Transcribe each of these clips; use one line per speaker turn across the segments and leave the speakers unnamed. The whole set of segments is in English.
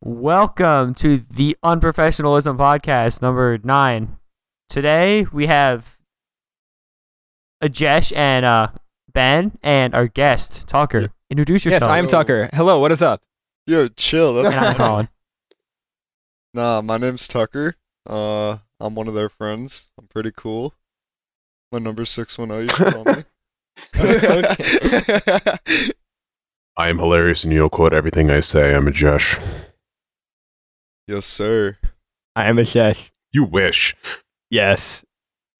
Welcome to the Unprofessionalism Podcast, number nine. Today we have Ajesh and uh, Ben and our guest, Tucker. Introduce
Yes,
yourself.
I'm Tucker. Hello, what is up?
Yo, chill. That's
and I'm
not
Colin.
nah. My name's Tucker. Uh, I'm one of their friends. I'm pretty cool. My number's six one zero. You should call me.
I am hilarious and you'll quote everything I say. I'm a Josh.
yes, sir.
I am a chef.
You wish.
Yes.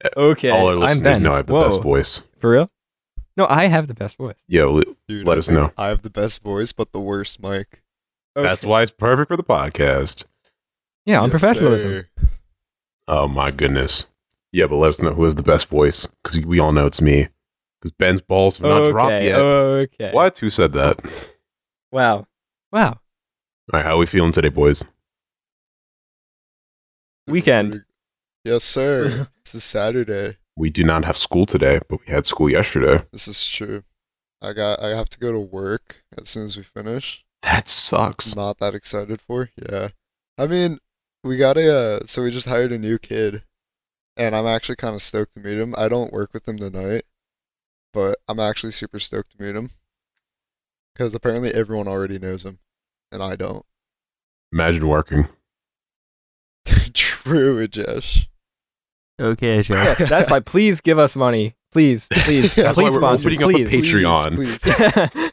Uh, Okay.
All our
I'm
listeners
Ben.
know I have the
Whoa.
best voice.
For real? No, I have the best voice.
Yo, li-
Dude,
Let
I
us
think
know.
I have the best voice, but the worst mic.
that's
Okay.
why it's perfect for the podcast.
Yeah, on
Yes,
professionalism.
sir.
Oh my goodness. Yeah, but let us know who has the best voice because we all know it's me. Because Ben's balls have not
okay.
dropped yet.
Okay.
What? Who said that? All
Wow. Wow.
right, how are we feeling today, boys?
Weekend.
Yes, sir. This is Saturday.
We do not have school today, but we had school yesterday.
This is true. I got. I have to go to work as soon as we finish.
That sucks.
Not that excited for. Yeah. I mean, we got a. Uh, so we just hired a new kid, and I'm actually kind of stoked to meet him. I don't work with him tonight, but I'm actually super stoked to meet him because apparently everyone already knows him, and I don't.
Imagine working.
True, Ajesh.
Okay, sure.
Yeah, that's why. Please give us money. Please, please,
That's
please
why we're
sponsor,
opening up a
please.
page- Patreon.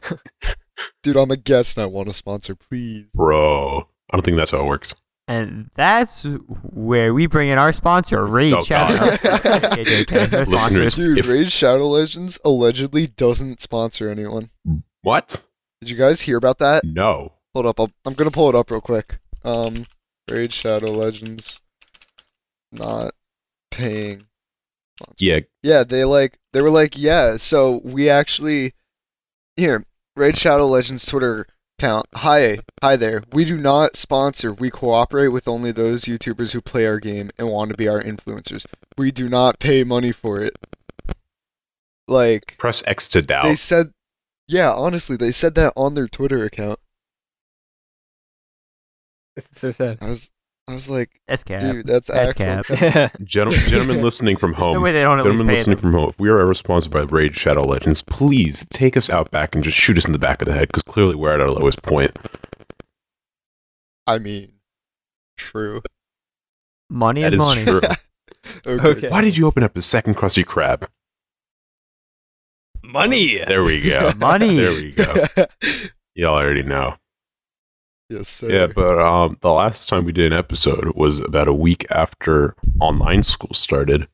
Please, please. dude, I'm a guest and I want a sponsor. Please.
Bro. I don't think that's how it works.
And that's where we bring in our sponsor, Rage.
Oh,
Shout
God.
out. Okay, JK, no
Listeners.
sponsors.
Dude,
if-
Raid Shadow Legends allegedly doesn't sponsor anyone.
What?
Did you guys hear about that?
No.
Hold up, I'll, I'm gonna pull it up real quick. Um, Raid Shadow Legends not paying.
Yeah,
Yeah, they like they were like, yeah. So we actually here Raid Shadow Legends Twitter account. Hi, hi there. We do not sponsor. We cooperate with only those YouTubers who play our game and want to be our influencers. We do not pay money for it. Like
press X to doubt.
they said, yeah. Honestly, they said that on their Twitter account.
this is so sad.
I was, I was like,
That's cap.
Dude, that's,
That's
actual
cap.
Gentle- gentlemen listening from
There's no
home,
way they don't at least
gentlemen
pay
listening
it.
from home, if we are ever sponsored by Raid Shadow Legends, please take us out back and just shoot us in the back of the head because clearly we're at our lowest point.
I mean, true.
Money
That
is
is
money.
true.
Okay.
Okay.
Why did you open up a second crusty crab?
Money.
There we go.
Money.
there we go. Y'all already know.
yes, sir.
Yeah, but um, the last time we did an episode was about a week after online school started.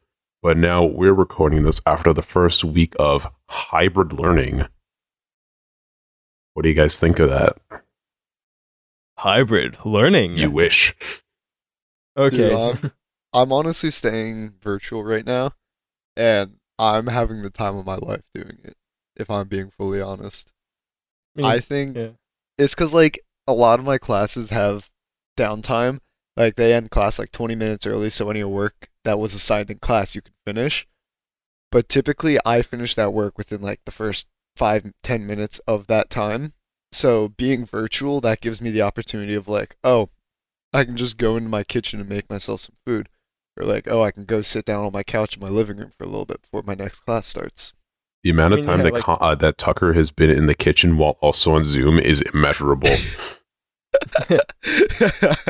But now we're recording this after the first week of hybrid learning. What do you guys think of that?
Hybrid learning. um,
You wish.
okay.
Dude, I'm, I'm honestly staying virtual right now, and I'm having the time of my life doing it. If I'm being fully honest,
mean,
I think
yeah.
it's because like a lot of my classes have downtime. Like they end class like 20 minutes early, so any work that was assigned in class you can finish. But typically, I finish that work within like the first five, ten minutes of that time. So being virtual, that gives me the opportunity of like, oh, I can just go into my kitchen and make myself some food, or like, oh, I can go sit down on my couch in my living room for a little bit before my next class starts.
The amount
I
of
mean,
time
yeah,
that
like-
Con- uh, that Tucker has been in the kitchen while also on Zoom is immeasurable.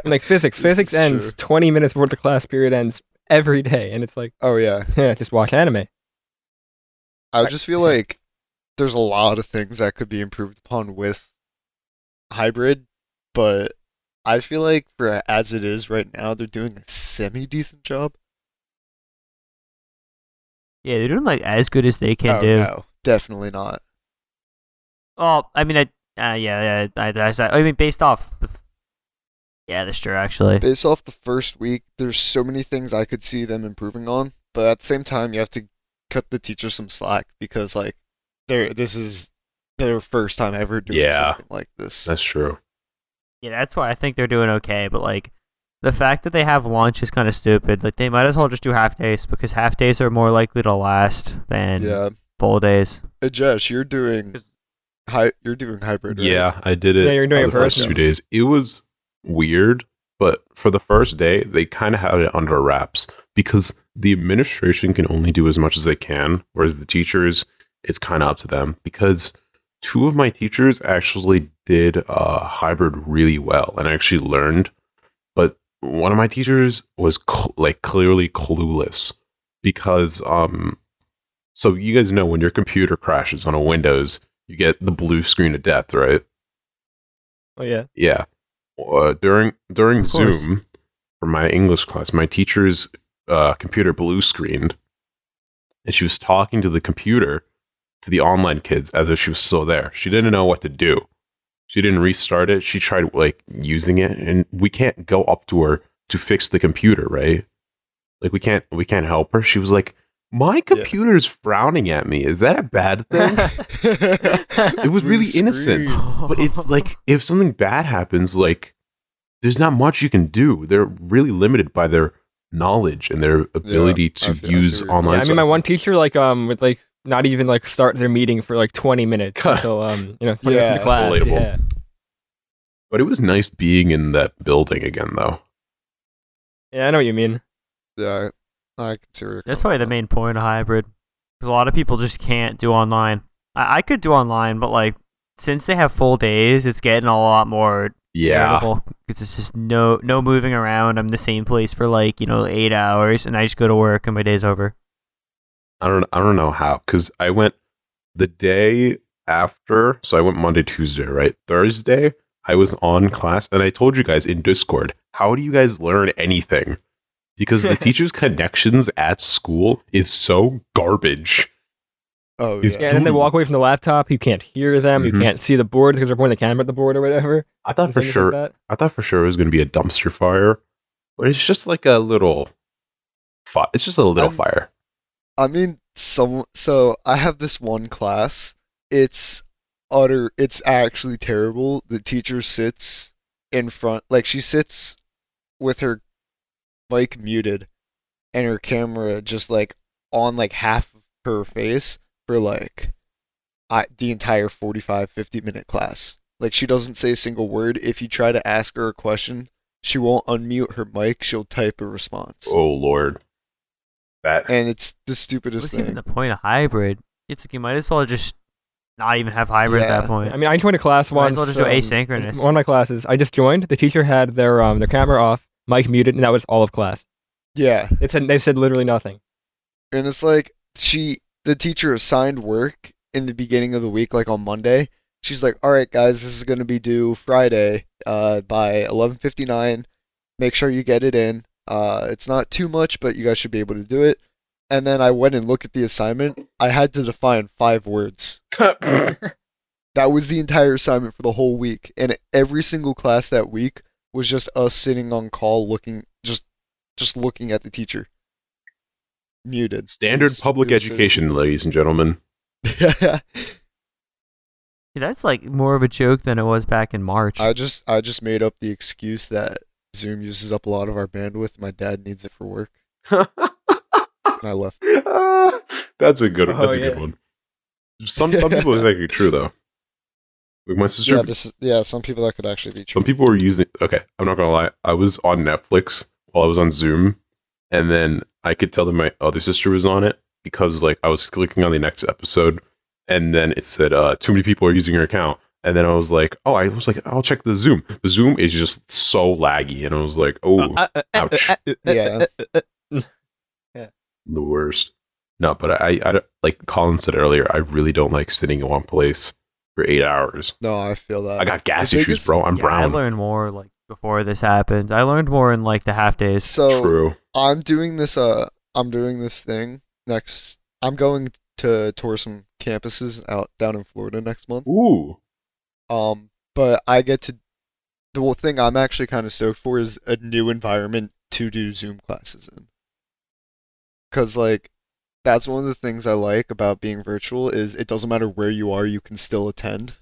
like physics.
This
Physics
is
ends
true.
20 minutes before the class period ends every day, and it's like,
Oh yeah.
just watch anime.
I
I-
just feel like there's a lot of things that could be improved upon with hybrid, but I feel like for as it is right now, they're doing a semi decent job.
Yeah, they're doing like as good as they can
oh
do.
no, definitely not.
Oh, I mean, I uh, yeah, yeah, I, I, I, I mean, based off. The, yeah, that's true. Actually,
Based off the first week, there's so many things I could see them improving on, but at the same time, you have to cut the teacher some slack because like they're this is their first time ever doing
Yeah.
something like this.
That's true.
yeah, that's why I think they're doing okay. But like, the fact that they have lunch is kind of stupid. Like, they might as well just do half days because half days are more likely to last than
Yeah,
full days.
Ajesh, you're doing,
Is-
hi, you're doing hybrid, right?
Yeah, I did it.
Yeah, you're doing
the
it
first
personally.
two days. It was weird, but for the first day, they kind of had it under wraps because the administration can only do as much as they can, whereas the teachers, it's kind of up to them. Because two of my teachers actually did uh, hybrid really well and actually learned, but one of my teachers was cl- like clearly clueless because um, so you guys know when your computer crashes on a Windows, you get the blue screen of death, right?
Oh yeah.
Yeah. Uh, during during
Of course.
Zoom for my English class, my teacher's uh, computer blue screened, and she was talking to the computer to the online kids as if she was still there. She didn't know what to do. She didn't restart it. She tried like using it, and we can't go up to her to fix the computer, right? Like we can't we can't help her. She was like, "My computer's frowning at me. Is that a bad thing?" it was really innocent but it's like if something bad happens like there's not much you can do they're really limited by their knowledge and their ability
I feel-
to
I see
use
what you're-
online
Yeah, I mean, my
stuff.
one teacher like um would like not even like start their meeting for like 20 minutes
Cut.
until um you know 20 minutes into
Yeah.
class.
Relatable.
Yeah.
but it was nice being in that building again though
yeah, I know what you mean.
yeah, I, I can see where you're
That's
coming
probably the
from.
main point of hybrid. 'Cause a lot of people just can't do online. I, I could do online, but like since they have full days, it's getting a lot more
yeah
because it's just no no moving around. I'm the same place for like you know eight hours, and I just go to work and my day's over.
i don't i don't know how because i went the day after so i went monday tuesday right thursday i was on class and i told you guys in discord how do you guys learn anything because the teacher's connections at school is so garbage
Oh
It's-
Yeah,
yeah.
and then they
Ooh.
walk away from the laptop. You can't hear them.
Mhm.
You can't see the boards because they're pointing the camera at the board or whatever.
I thought
and
for
things like
sure.
that.
I thought for sure it was going to be a dumpster fire, but it's just like a little. Fi- it's just a little
I'm-
fire.
I mean, some. So I have this one class. It's utter. It's actually terrible. The teacher sits in front, like she sits with her mic muted and her camera just like on like half of her face for like I, the entire 45, 50 minute class. Like she doesn't say a single word. If you try to ask her a question, she won't unmute her mic. She'll type a response.
Oh lord, that
And it's the stupidest
What's
thing.
even the point of hybrid? It's like you might as well just not even have hybrid at
Yeah.
that point.
I mean, I joined a class
Might
once.
as well just do
um,
asynchronous.
One of my classes, I just joined. The teacher had their um their camera off, mic muted, and that was all of class.
Yeah,
It said they said literally nothing.
and it's like she, the teacher assigned work in the beginning of the week, like on Monday. She's like, "All right, guys, this is gonna be due Friday, uh, by 11:59. Make sure you get it in. Uh, it's not too much, but you guys should be able to do it." And then I went and looked at the assignment. I had to define five words. That was the entire assignment for the whole week, and every single class that week was just us sitting on call, looking just, just looking at the teacher. Muted.
standard
It's-
public
it's just-
education, ladies and gentlemen.
That's like more of a joke than it was back in March.
I just I just made up the excuse that Zoom uses up a lot of our bandwidth. My dad needs it for work, and I left.
that's a good.
Oh,
that's a
yeah.
good one. Some some people it's actually true though. Like my sister,
Yeah, this is, yeah. Some people that could actually be
some
true.
people were using okay i'm not gonna lie i was on netflix while i was on zoom and then i could tell that my other sister was on it because like i was clicking on the next episode and then it said uh too many people are using your account and then i was like oh i was like i'll check the zoom the zoom is just so laggy and i was like oh
Uh, uh, uh,
ouch.
uh, uh, uh,
Yeah.
uh, uh,
the worst no but i i don't- like colin said earlier i really don't like sitting in one place for eight hours
No, I feel that.
i got gas
the
issues
biggest-
bro i'm
Yeah, I
brown
learned more like before this happened. I learned more in like the half days.
so
true
I'm doing this. Uh, I'm doing this thing next. I'm going to tour some campuses out down in Florida next month.
ooh
Um, but I get to the whole thing I'm actually kind of stoked for is a new environment to do Zoom classes in. Cause like that's one of the things I like about being virtual is it doesn't matter where you are, you can still attend.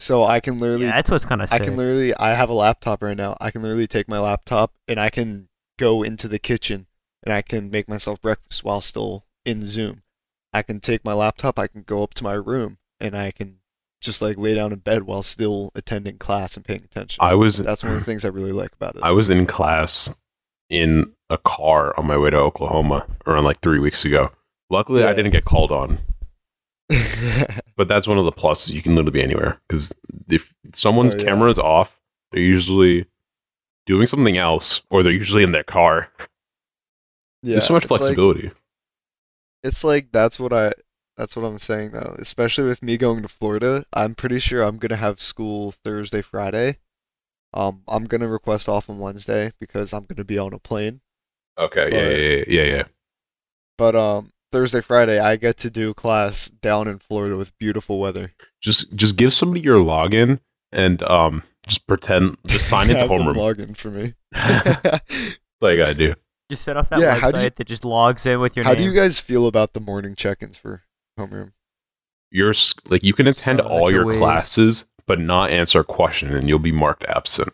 So I can literally
Yeah, that's what's kind of
I
sick.
can literally I have a laptop right now. I can literally take my laptop and I can go into the kitchen and I can make myself breakfast while still in Zoom. I can take my laptop, I can go up to my room and I can just like lay down in bed while still attending class and paying attention.
I was
That's one of the things I really like about it.
I was in class in a car on my way to Oklahoma around like three weeks ago. Luckily, I
Yeah.
didn't get called on, but that's one of the pluses. You can literally be anywhere because if someone's
Oh, yeah.
camera is off, they're usually doing something else or they're usually in their car.
yeah,
There's so much
it's like-
flexibility.
it's like that's what I that's what I'm saying though. Especially with me going to Florida, I'm pretty sure I'm gonna have school Thursday, Friday. Um, I'm gonna request off on Wednesday because I'm gonna be on a plane.
okay. yeah, yeah, yeah, yeah, yeah.
But um, Thursday, Friday, I get to do class down in Florida with beautiful weather.
Just just give somebody your login and um just pretend just sign into
Have them
homeroom.
log in for me.
That's all you gotta do.
Just set off that
Yeah, how do
website
you-
that just logs in with your
How
name.
do you guys feel about the morning check-ins for homeroom?
You're s- like you can attend
Such
all
a
your
waste.
classes, but not answer a question, and you'll be marked absent.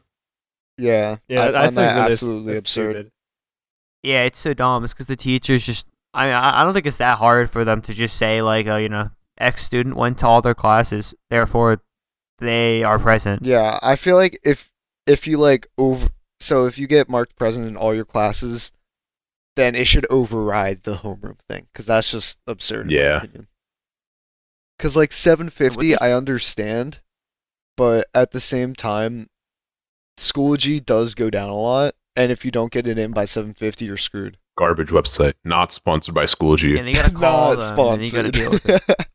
Yeah,
Yeah,
I
I,
find that
think that is-
absolutely
that's
absurd.
stupid.
yeah, it's so dumb. It's because the teachers just. I mean, I I don't think it's that hard for them to just say like, oh, you know, X student went to all their classes, therefore they are present.
Yeah, I feel like if if you like over so if you get marked present in all your classes, then it should override the homeroom thing because that's just absurd.
Yeah.
Because like 750,
What the-
I understand, but at the same time, Schoology does go down a lot, and if you don't get it in by 750, you're screwed.
Garbage website, not sponsored by Schoology.
And you gotta call
Not
them. And you gotta
sponsored.
deal with it.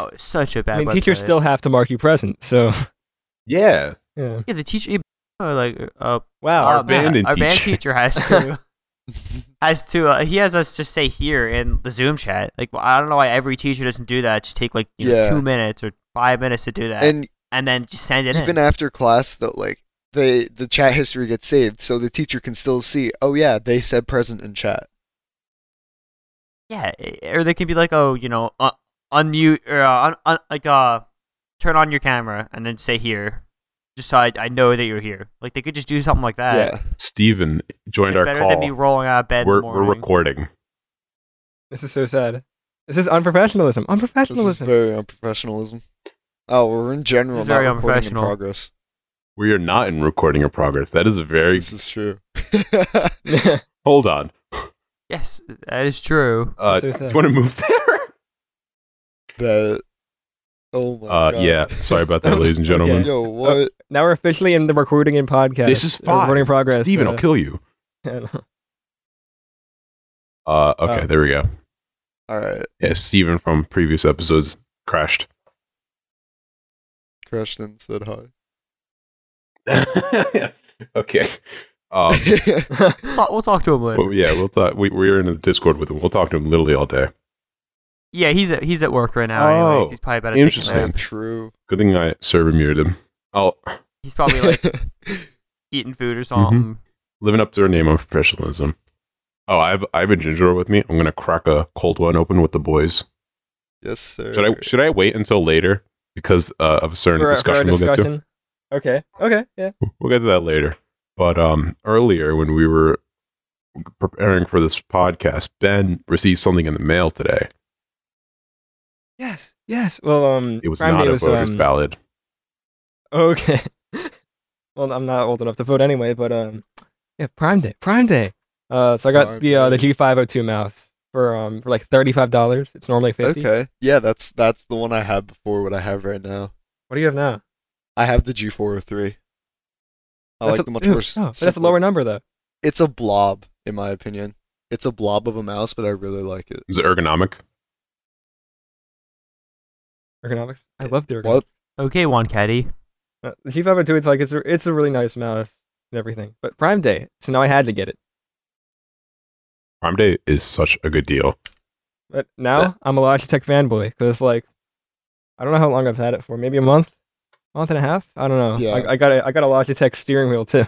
Oh, it's such a bad.
I mean,
website.
teachers still have to mark you present, so
Yeah,
yeah.
Yeah, the teacher. Oh, like uh,
Wow.
our,
our band
band
and
our band
teacher.
teacher has to has to uh, he has us just say here in the Zoom chat. Like I don't know why every teacher doesn't do that. Just take like you know,
Yeah.
two minutes or five minutes to do that, and,
and
then just send it
even
in.
after class though like they the chat history gets saved so the teacher can still see oh yeah they said present in chat
yeah, i- or they can be like, oh, you know, uh, unmute or uh, un, un, like uh, turn on your camera and then say here. Just so I, I know that you're here. Like they could just do something like that.
yeah
Steven joined
It's
our
better than me
call.
rolling out of bed. in the
We're we're
morning.
recording.
This is so sad. This is unprofessionalism.
this is
Unprofessionalism.
very unprofessionalism oh we're in general
This is
not
very
recording
unprofessional.
in progress
We are not in recording in progress. That is a very
this is true
hold on.
Yes, that is true.
That's
Uh,
so
do
sad.
you want to move there? Uh,
that oh my
Uh,
god
yeah. Sorry about that, ladies and gentlemen.
Okay.
yo what
now we're officially in the recording in podcast.
This is
or
fine.
Recording in progress.
Steven, I'll
uh,
kill you. Uh, okay,
Oh.
there we go.
all right
Yeah, Steven from previous episodes crashed.
Christian said hi
okay. Um,
We'll talk, we'll talk to him later.
well, yeah, we'll talk. We, we're in the Discord with him. We'll talk to him literally all day.
Yeah, he's at he's at work right now. anyways.
Oh,
he's probably about to take a
interesting.
nap.
Not true
Good thing I server muted him. Oh,
He's probably like eating food or
Mm-hmm.
something.
living up to their name on professionalism. Oh, I have I have a ginger ale with me. I'm gonna crack a cold one open with the boys.
yes sir
Should I should I wait until later because uh, of a certain
for, our- for our
discussion we'll get to?
discussion. Okay. Okay. Yeah.
We'll get to that later. But um, earlier when we were preparing for this podcast, Ben received something in the mail today.
Yes. Yes. Well, um,
It was
Prime
not
Day
a
was,
voter's
um,
ballot.
Okay. well, I'm not old enough to vote anyway, but um, yeah, Prime Day, Prime Day. Uh, so I got
Prime
the uh, the
Day.
G502 mouse for um for like thirty five dollars. It's normally fifty.
okay yeah that's that's the one I had before what I have right now
What do you have now?
I have the G403. I
That's
like
a-
the much
ew,
more.
no, but that's a lower number though.
It's a blob, in my opinion. It's a blob of a mouse, but I really like it.
Is it ergonomic?
Ergonomics. I love the ergonomics.
What?
Okay, Juan Caddy.
Uh, the G502. It's like it's a, it's a really nice mouse and everything. But Prime Day, so now I had to get it.
Prime Day is such a good deal.
But now
Yeah.
I'm a Logitech fanboy because like I don't know how long I've had it for. Maybe a month, month and a half. I don't know.
Yeah.
I, I got a I got a Logitech steering wheel too.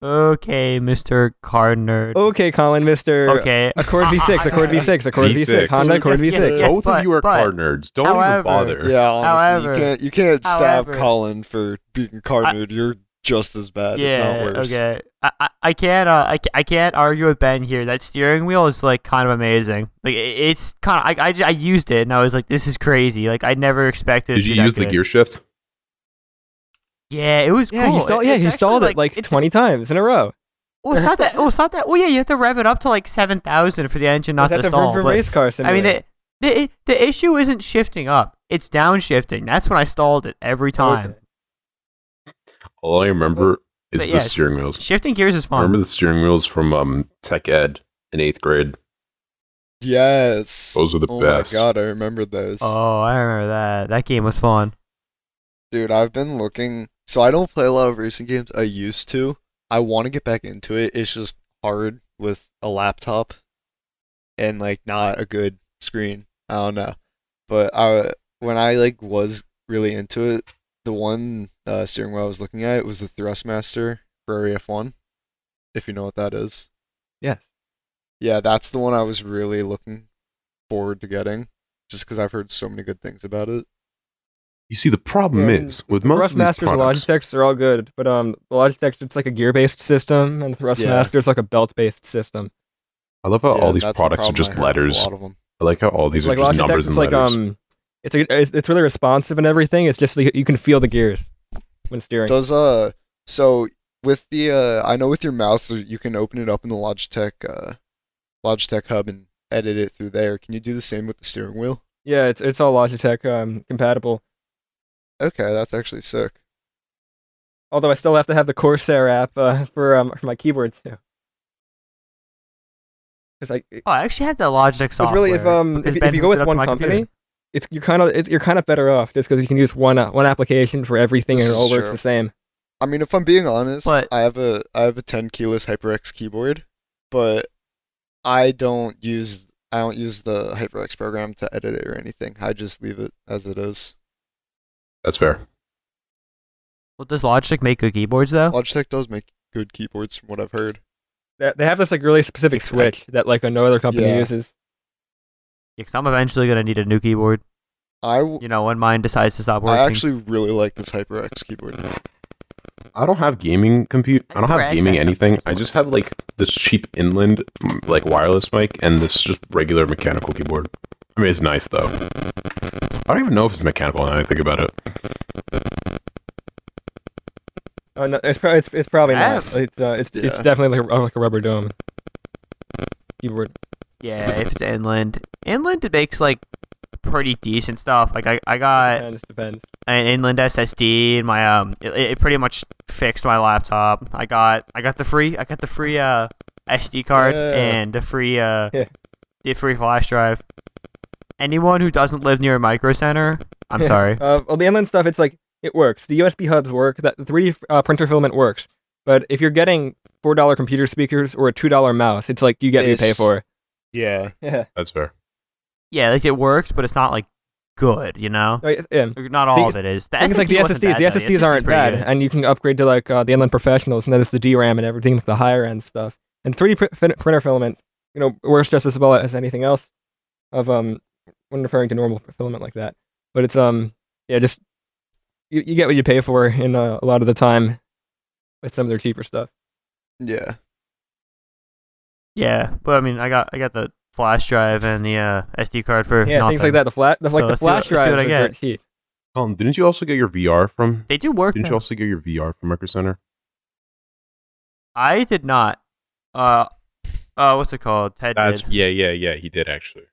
Okay, Mr. Car Nerd.
Okay, Colin, Mister.
Okay.
Accord V6, Accord V6, Accord V6,
V6.
Honda Accord
Yes,
V6.
yes, yes.
Both of
but-
you are
but-
car nerds. Don't
however-
even bother.
Yeah, honestly,
However-
you can't you can't stab
however-
Colin for being car
I-
nerd. You're just as bad,
yeah.
if not worse.
Okay. I, I, I can't uh, I, ca- I can't argue with Ben here. That steering wheel is like kind of amazing. Like it, it's kind of I, I, j- I used it and I was like this is crazy. Like I never expected. it
Did
to
you
be that
use the
good.
gear shift?
Yeah, it was
Yeah,
cool.
he stalled.
It-
yeah,
it's
he
actually,
stalled it like
it's-
twenty times in a row.
Well, it's not that. Well, it's not that. Well, yeah, you have to rev it up to like seven thousand for the engine not
that's
to
a vroom
stall.
vroom
but-
race
I
car
mean,
simulator.
the, the the issue isn't shifting up; it's downshifting. That's when I stalled it every time.
Okay.
All I remember is
But
the
yes.
steering wheels.
Shifting gears is
I
fun.
remember the steering wheels from um, Tech Ed in eighth grade.
Yes.
Those were the
oh
best.
my god, I remember those.
oh, I remember that. That game was fun.
Dude, I've been looking. So I don't play a lot of racing games. I used to. I want to get back into it. It's just hard with a laptop and like not a good screen. I don't know. But I when I like was really into it, the one uh, steering wheel I was looking at was the Thrustmaster Ferrari F1, if you know what that is.
Yes.
Yeah, that's the one I was really looking forward to getting, just because I've heard so many good things about it.
You see, the problem
Yeah,
is with most of these
Thrustmasters and
products,
Logitech's are all good, but um, the Logitech it's like a gear-based system, and Thrustmaster's is like a belt-based system.
I love how
Yeah,
all these
that's the
products are
problem I
just
heard with
letters.
A lot of them.
I like how all these
So,
are
like
just
Logitech,
numbers
it's
and
like
letters.
um, it's like it's it's really responsive and everything. It's just like, you can feel the gears when steering.
Does uh, so with the uh, I know with your mouse there- you can open it up in the Logitech uh, Logitech Hub and edit it through there. Can you do the same with the steering wheel?
yeah, it's it's all Logitech um compatible.
Okay, that's actually sick.
Although I still have to have the Corsair app uh, for um for my keyboard too. Because I
Oh, I actually had that Logitech
Because
software.
really, if um,
because
if,
Ben
if you go
hooked it up to
with one
my
company,
computer.
it's you're kind of it's, you're kind of better off just because you can use one uh, one application for everything and
This
it all
is
works
true.
the same.
I mean, if I'm being honest,
But-
I have a I have a 10 keyless HyperX keyboard, but I don't use I don't use the HyperX program to edit it or anything. I just leave it as it is.
That's fair.
well, does Logitech make good keyboards though?
Logitech does make good keyboards from what I've heard.
They, they have this like really specific
It's- I-
switch that like uh, no other company
Yeah.
uses.
Because I'm eventually gonna need a new keyboard.
I, w-
You know, when mine decides to stop working.
I actually really like this HyperX keyboard.
I don't have gaming compute. I don't have
Correct,
gaming
that's
anything.
something.
I just have like this cheap inland mm, like wireless mic and this just regular mechanical keyboard. I mean, it's nice though. I don't even know if it's mechanical now that I think about it.
Oh, no, it's, pro- it's it's probably
I
not. It's uh, it's it's
Yeah.
definitely like a, like a rubber dome keyboard.
yeah, if it's inland, inland it makes like pretty decent stuff. Like I, I got
depends, depends.
an inland SSD and my um it, it pretty much fixed my laptop. I got I got the free I got the free uh SD card
Yeah.
and the free uh
Yeah.
the free flash drive. Anyone who doesn't live near a micro center, I'm sorry.
Uh, well, the inland stuff, it's like it works. The USB hubs work. That the 3D f- uh, printer filament works. But if you're getting four dollar computer speakers or a two dollar mouse, it's like you get me pay
It's-
for.
Yeah.
Yeah.
That's fair.
Yeah, like it works, but it's not like good, you know.
Like, yeah.
Not all
Thing
of it is.
I think it's like the
wasn't
SSDs.
bad,
The
though.
SSDs aren't
pretty
bad,
good.
and you can upgrade to like uh, the Inland Professionals, and then it's the DRAM and everything, like the higher end stuff. And 3D pr- fin- printer filament, you know, works just as well as anything else. Of um, when referring to normal filament like that, but it's um, yeah, just you, you get what you pay for in uh, a lot of the time with some of their cheaper stuff.
Yeah.
Yeah, but I mean, I got I got the flash drive and the uh, SD card for
Yeah,
nothing.
things like that. The flat, the,
So
like the
let's see what- let's
flash
see what
drives
I
are
get.
dirt cheap.
Colin, didn't you also get your VR from?
They do work.
Didn't
though.
you also get your VR from Micro Center?
I did not. Uh, uh, what's it called? Ted did.
yeah, yeah, yeah. He did actually.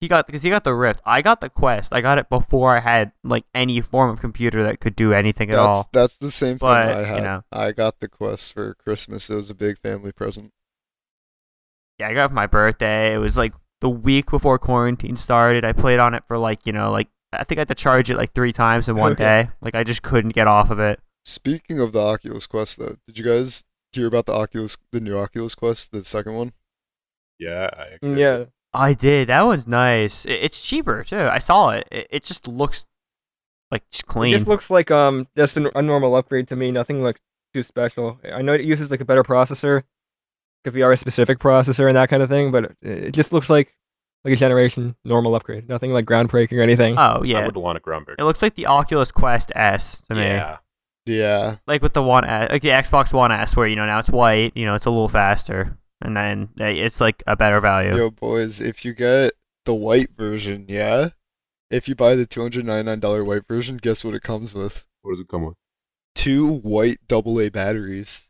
He got because he got the Rift. I got the Quest. I got it before I had like any form of computer that could do anything at
That's
all.
that's the same thing
But,
I
you
had.
know.
I got the Quest for Christmas. It was a big family present.
Yeah, I got it for my birthday. It was like the week before quarantine started. I played on it for like you know like I think I had to charge it like three times in one
Okay.
day. Like I just couldn't get off of it.
Speaking of the Oculus Quest, though, did you guys hear about the Oculus, the new Oculus Quest, the second one?
Yeah. I
Mm, Yeah,
I did. That one's nice. I- It's cheaper too. I saw it. It, it just looks like just clean.
It just looks like um just an, a normal upgrade to me. Nothing like too special. I know it uses like a better processor, like a VR specific processor and that kind of thing, but it- it just looks like like a generation normal upgrade. Nothing Ah, like groundbreaking or anything.
oh yeah.
would want a Grumberg.
It looks like the Oculus Quest S to me.
Yeah.
Yeah.
like with the one S, like the Xbox One S, where you know now it's white, you know it's a little faster, and then uh, it's like a better value.
Yo, boys, if you get the white version, yeah. If you buy the $299 white version, guess what it comes with?
What does it come with?
Two white AA batteries.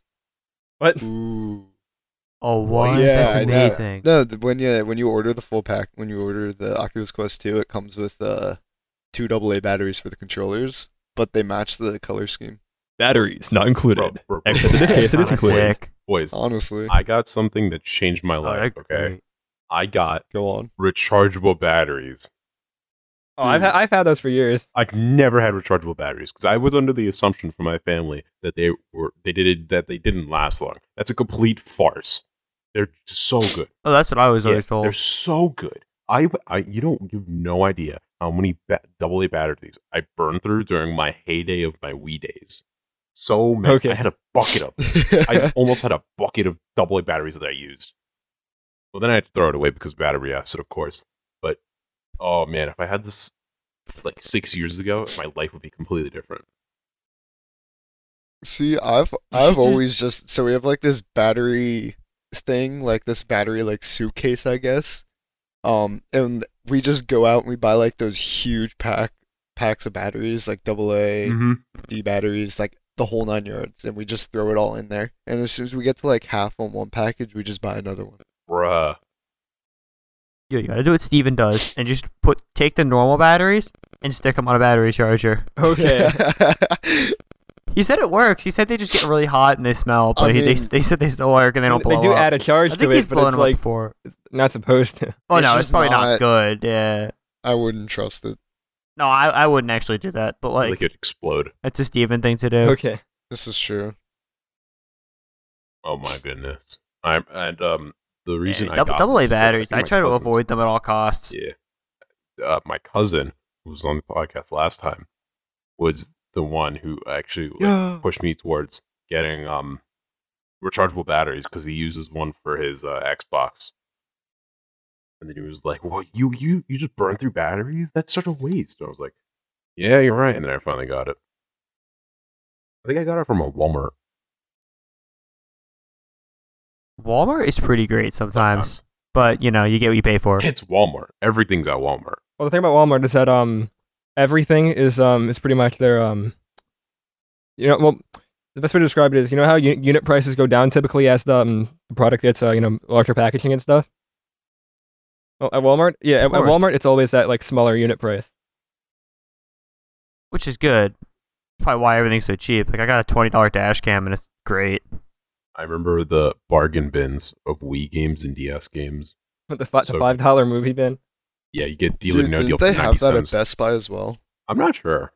What?
Ooh.
Oh, what?
Yeah,
That's
I know.
amazing.
No, th- when you when you order the full pack, when you order the Oculus Quest 2, it comes with uh two AA batteries for the controllers, but they match the color scheme.
Batteries not included.
Bro, bro, bro,
Except in this
bro.
case, it is
Kinda
included.
sick.
Boys,
Oh, Honestly,
I got something that changed my
Oh,
life,
that's
okay?
great.
I got
go on.
rechargeable batteries.
Oh, I've,
Dude.
ha- I've had those for years.
I've never had rechargeable batteries because I was under the assumption from my family that they were they did it that they didn't last long. That's a complete farce. They're so good.
Oh, that's what I was
Yeah,
always
They're
told.
so good. I, I you don't you have no idea how many ba- double A batteries I burned through during my heyday of my Wii days. So many.
Okay.
I had a bucket of. I almost had a bucket of double A batteries that I used. Well, then I had to throw it away because battery acid, of course. But oh man, if I had this like six years ago, my life would be completely different.
See, I've
should
I've
ju-
always just so we have like this battery thing, like this battery like suitcase, I guess. Um, and we just go out and we buy like those huge pack packs of batteries, like double A, D batteries, like the whole nine yards, and we just throw it all in there. And as soon as we get to like half on one package, we just buy another one.
Bruh.
Yo, you gotta do what Steven does and just put take the normal batteries and stick them on a battery charger.
Okay.
He said it works. He said they just get really hot and they smell,
I
but he, they,
mean-
they said they still work and they don't blow
do
up.
add a charge
I
to
think he's
it, but
blown
it's
them up
like
before.
it's not supposed to.
Oh
It's
no, it's
just
probably not
not-
good. Yeah.
I wouldn't trust it.
No, I, I wouldn't actually do that, but
Like,
like
it explode.
that's a Steven thing to do.
Okay.
This is true.
Oh my goodness. I'm and um the
Yeah,
reason I
double,
got
double A
this, uh,
batteries.
think
I
my
try to
cousin's-
avoid them at all costs.
Yeah. Uh, my cousin who was on the podcast last time was the one who actually like,
Yeah.
pushed me towards getting um rechargeable batteries because he uses one for his uh, Xbox. And then he was like, "Well, you you you just burn through batteries? That's such a waste." And I was like, "Yeah, you're right." And then I finally got it. I think I got it from a Walmart.
Walmart is pretty great sometimes, but you know you get what you pay for.
It's Walmart. Everything's at Walmart.
Well, the thing about Walmart is that um, everything is um is pretty much their um, you know, well, the best way to describe it is you know how u- unit prices go down typically as the, um, the product gets uh, you know larger packaging and stuff. Well, at Walmart, yeah, at, at
Of course.
Walmart it's always that like smaller unit price.
which is good. Probably why everything's so cheap. Like I got a twenty dollar dash cam and it's great.
I remember the bargain bins of Wii games and DS games.
With the, fi-
So
the
good.
five dollar movie bin.
Yeah, you get deal
Dude,
or no deal
didn't
for
they
90
have that
cents.
at Best Buy as well?
I'm not sure.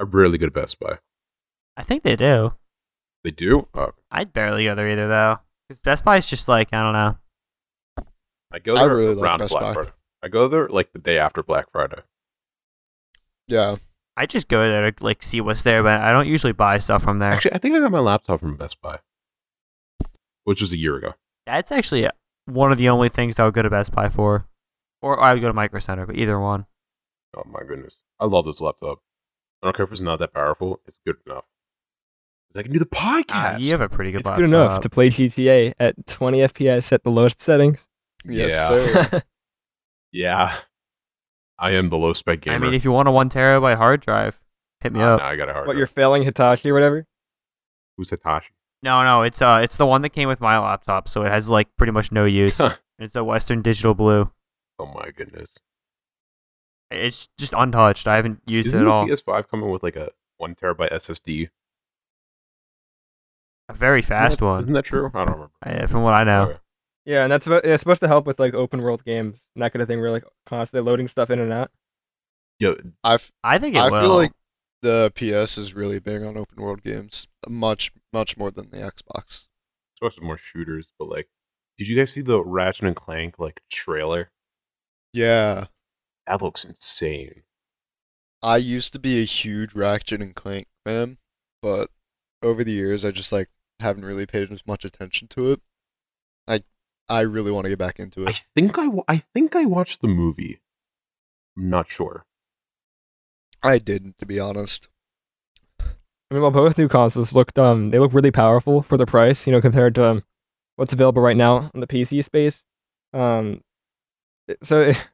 I'm really good at Best Buy.
I think they do.
They do? Uh,
I'd barely go there either though, because Best Buy's just like I don't know.
I go
I
there
really like
around
Best
Black
Buy.
Friday. I go there like the day after Black Friday.
Yeah.
I just go there to like see what's there, but I don't usually buy stuff from there.
Actually, I think I got my laptop from Best Buy, which was a year ago.
That's actually one of the only things I would go to Best Buy for, or I would go to Micro Center, but either one.
Oh my goodness. I love this laptop. I don't care if it's not that powerful, it's good enough. 'Cause I can do the podcast.
Ah, you have a pretty good.
It's good enough
laptop.
to play GTA at 20 FPS at the lowest settings.
Yes,
Yeah.
sir.
yeah. I am the low spec gamer.
I mean, if you want a one terabyte hard drive, hit me
Ah,
up.
now I got a hard
what
drive.
you're failing Hitachi or whatever.
Who's Hitachi?
No, no, it's uh, it's the one that came with my laptop, so it has like pretty much no use.
Huh.
It's a Western Digital Blue.
Oh my goodness.
It's just untouched. I haven't used
Isn't
it at
the
all.
PS5 coming with like a one terabyte SSD?
a very fast
Isn't that-
one,
Isn't that true? I don't remember.
uh, from what I know.
Okay.
Yeah, and that's about, it's supposed to help with like open world games and that kind of thing. Where like constantly loading stuff in and out.
Yo,
I f-
I think it
I
will.
feel like the PS is really big on open world games, much much more than the Xbox.
supposed to be more shooters, but like, did you guys see the Ratchet and Clank like trailer?
Yeah,
That looks insane.
I used to be a huge Ratchet and Clank fan, but over the years I just like haven't really paid as much attention to it. I I really want to get back into
I
it.
think I wa- I think I watched the movie. I'm not sure.
I didn't, to be honest.
I mean, well, both new consoles looked um they look really powerful for the price, you know, compared to um, what's available right now in the PC space. Um, it- so it,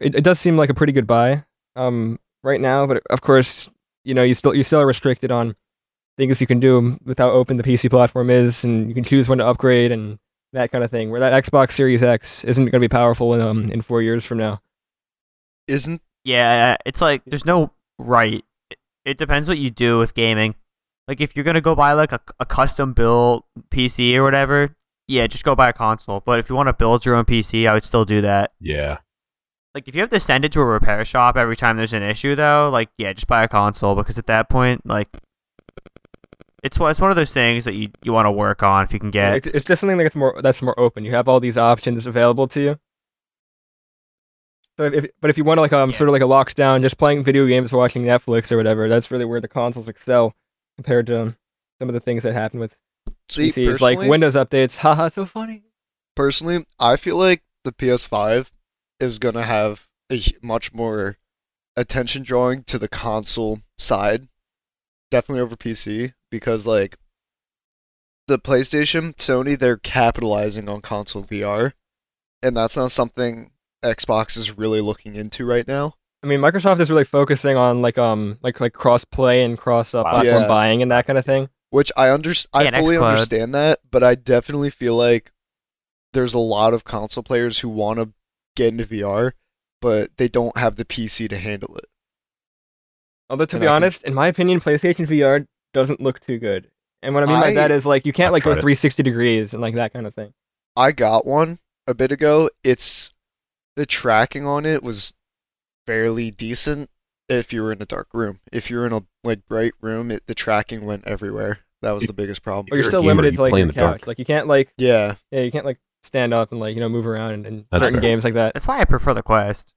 it, it does seem like a pretty good buy um right now, but of course, you know, you still you still are restricted on things you can do with how open the PC platform is, and you can choose when to upgrade and that kind of thing. Where that Xbox Series X isn't going to be powerful in um in four years from now.
Isn't
Yeah, it's like there's no right. It- It depends what you do with gaming. Like if you're gonna go buy like a, a custom built PC or whatever, yeah, just go buy a console. But if you want to build your own PC, I would still do that.
Yeah.
Like if you have to send it to a repair shop every time there's an issue though, like yeah, just buy a console because at that point, like it's one- it's one of those things that you, you want to work on if you can get.
It's, it's just something that's more that's more open. You have all these options available to you. So if, but if you want to like um
Yeah.
sort of like a lockdown, just playing video games, watching Netflix or whatever, that's really where the consoles excel compared to um, some of the things that happen with
see
PCs, like
personally-
Windows updates. Haha, so funny.
personally, I feel like the PS5 is going to have a h- much more attention drawing to the console side, definitely over PC, because like the PlayStation, Sony, they're capitalizing on console VR, and that's not something Xbox is really looking into right now.
I mean, Microsoft is really focusing on like um like like cross play and cross uh,
Wow.
platform
Yeah.
buying and that kind of thing.
Which I underst-
Yeah,
I
and
fully
xCloud.
understand that, but I definitely feel like there's a lot of console players who want to get into VR, but they don't have the PC to handle it.
Although to
And
be
I think-
honest, in my opinion, PlayStation VR doesn't look too good. And what I mean by
I-
that is like you can't
I've
like go
tried it.
360 degrees and like that kind of thing.
I got one a bit ago. It's the tracking on it was fairly decent if you were in a dark room. If you're in a like bright room, it, the tracking went everywhere. That was the biggest problem.
Oh,
But you're
you're a
still
gamer,
limited
you
to like
play in
your
the dark.
couch. Like you can't like
Yeah,
yeah, you can't like stand up and like you know move around and, and
That's
certain
fair.
games like that.
That's why I prefer the Quest.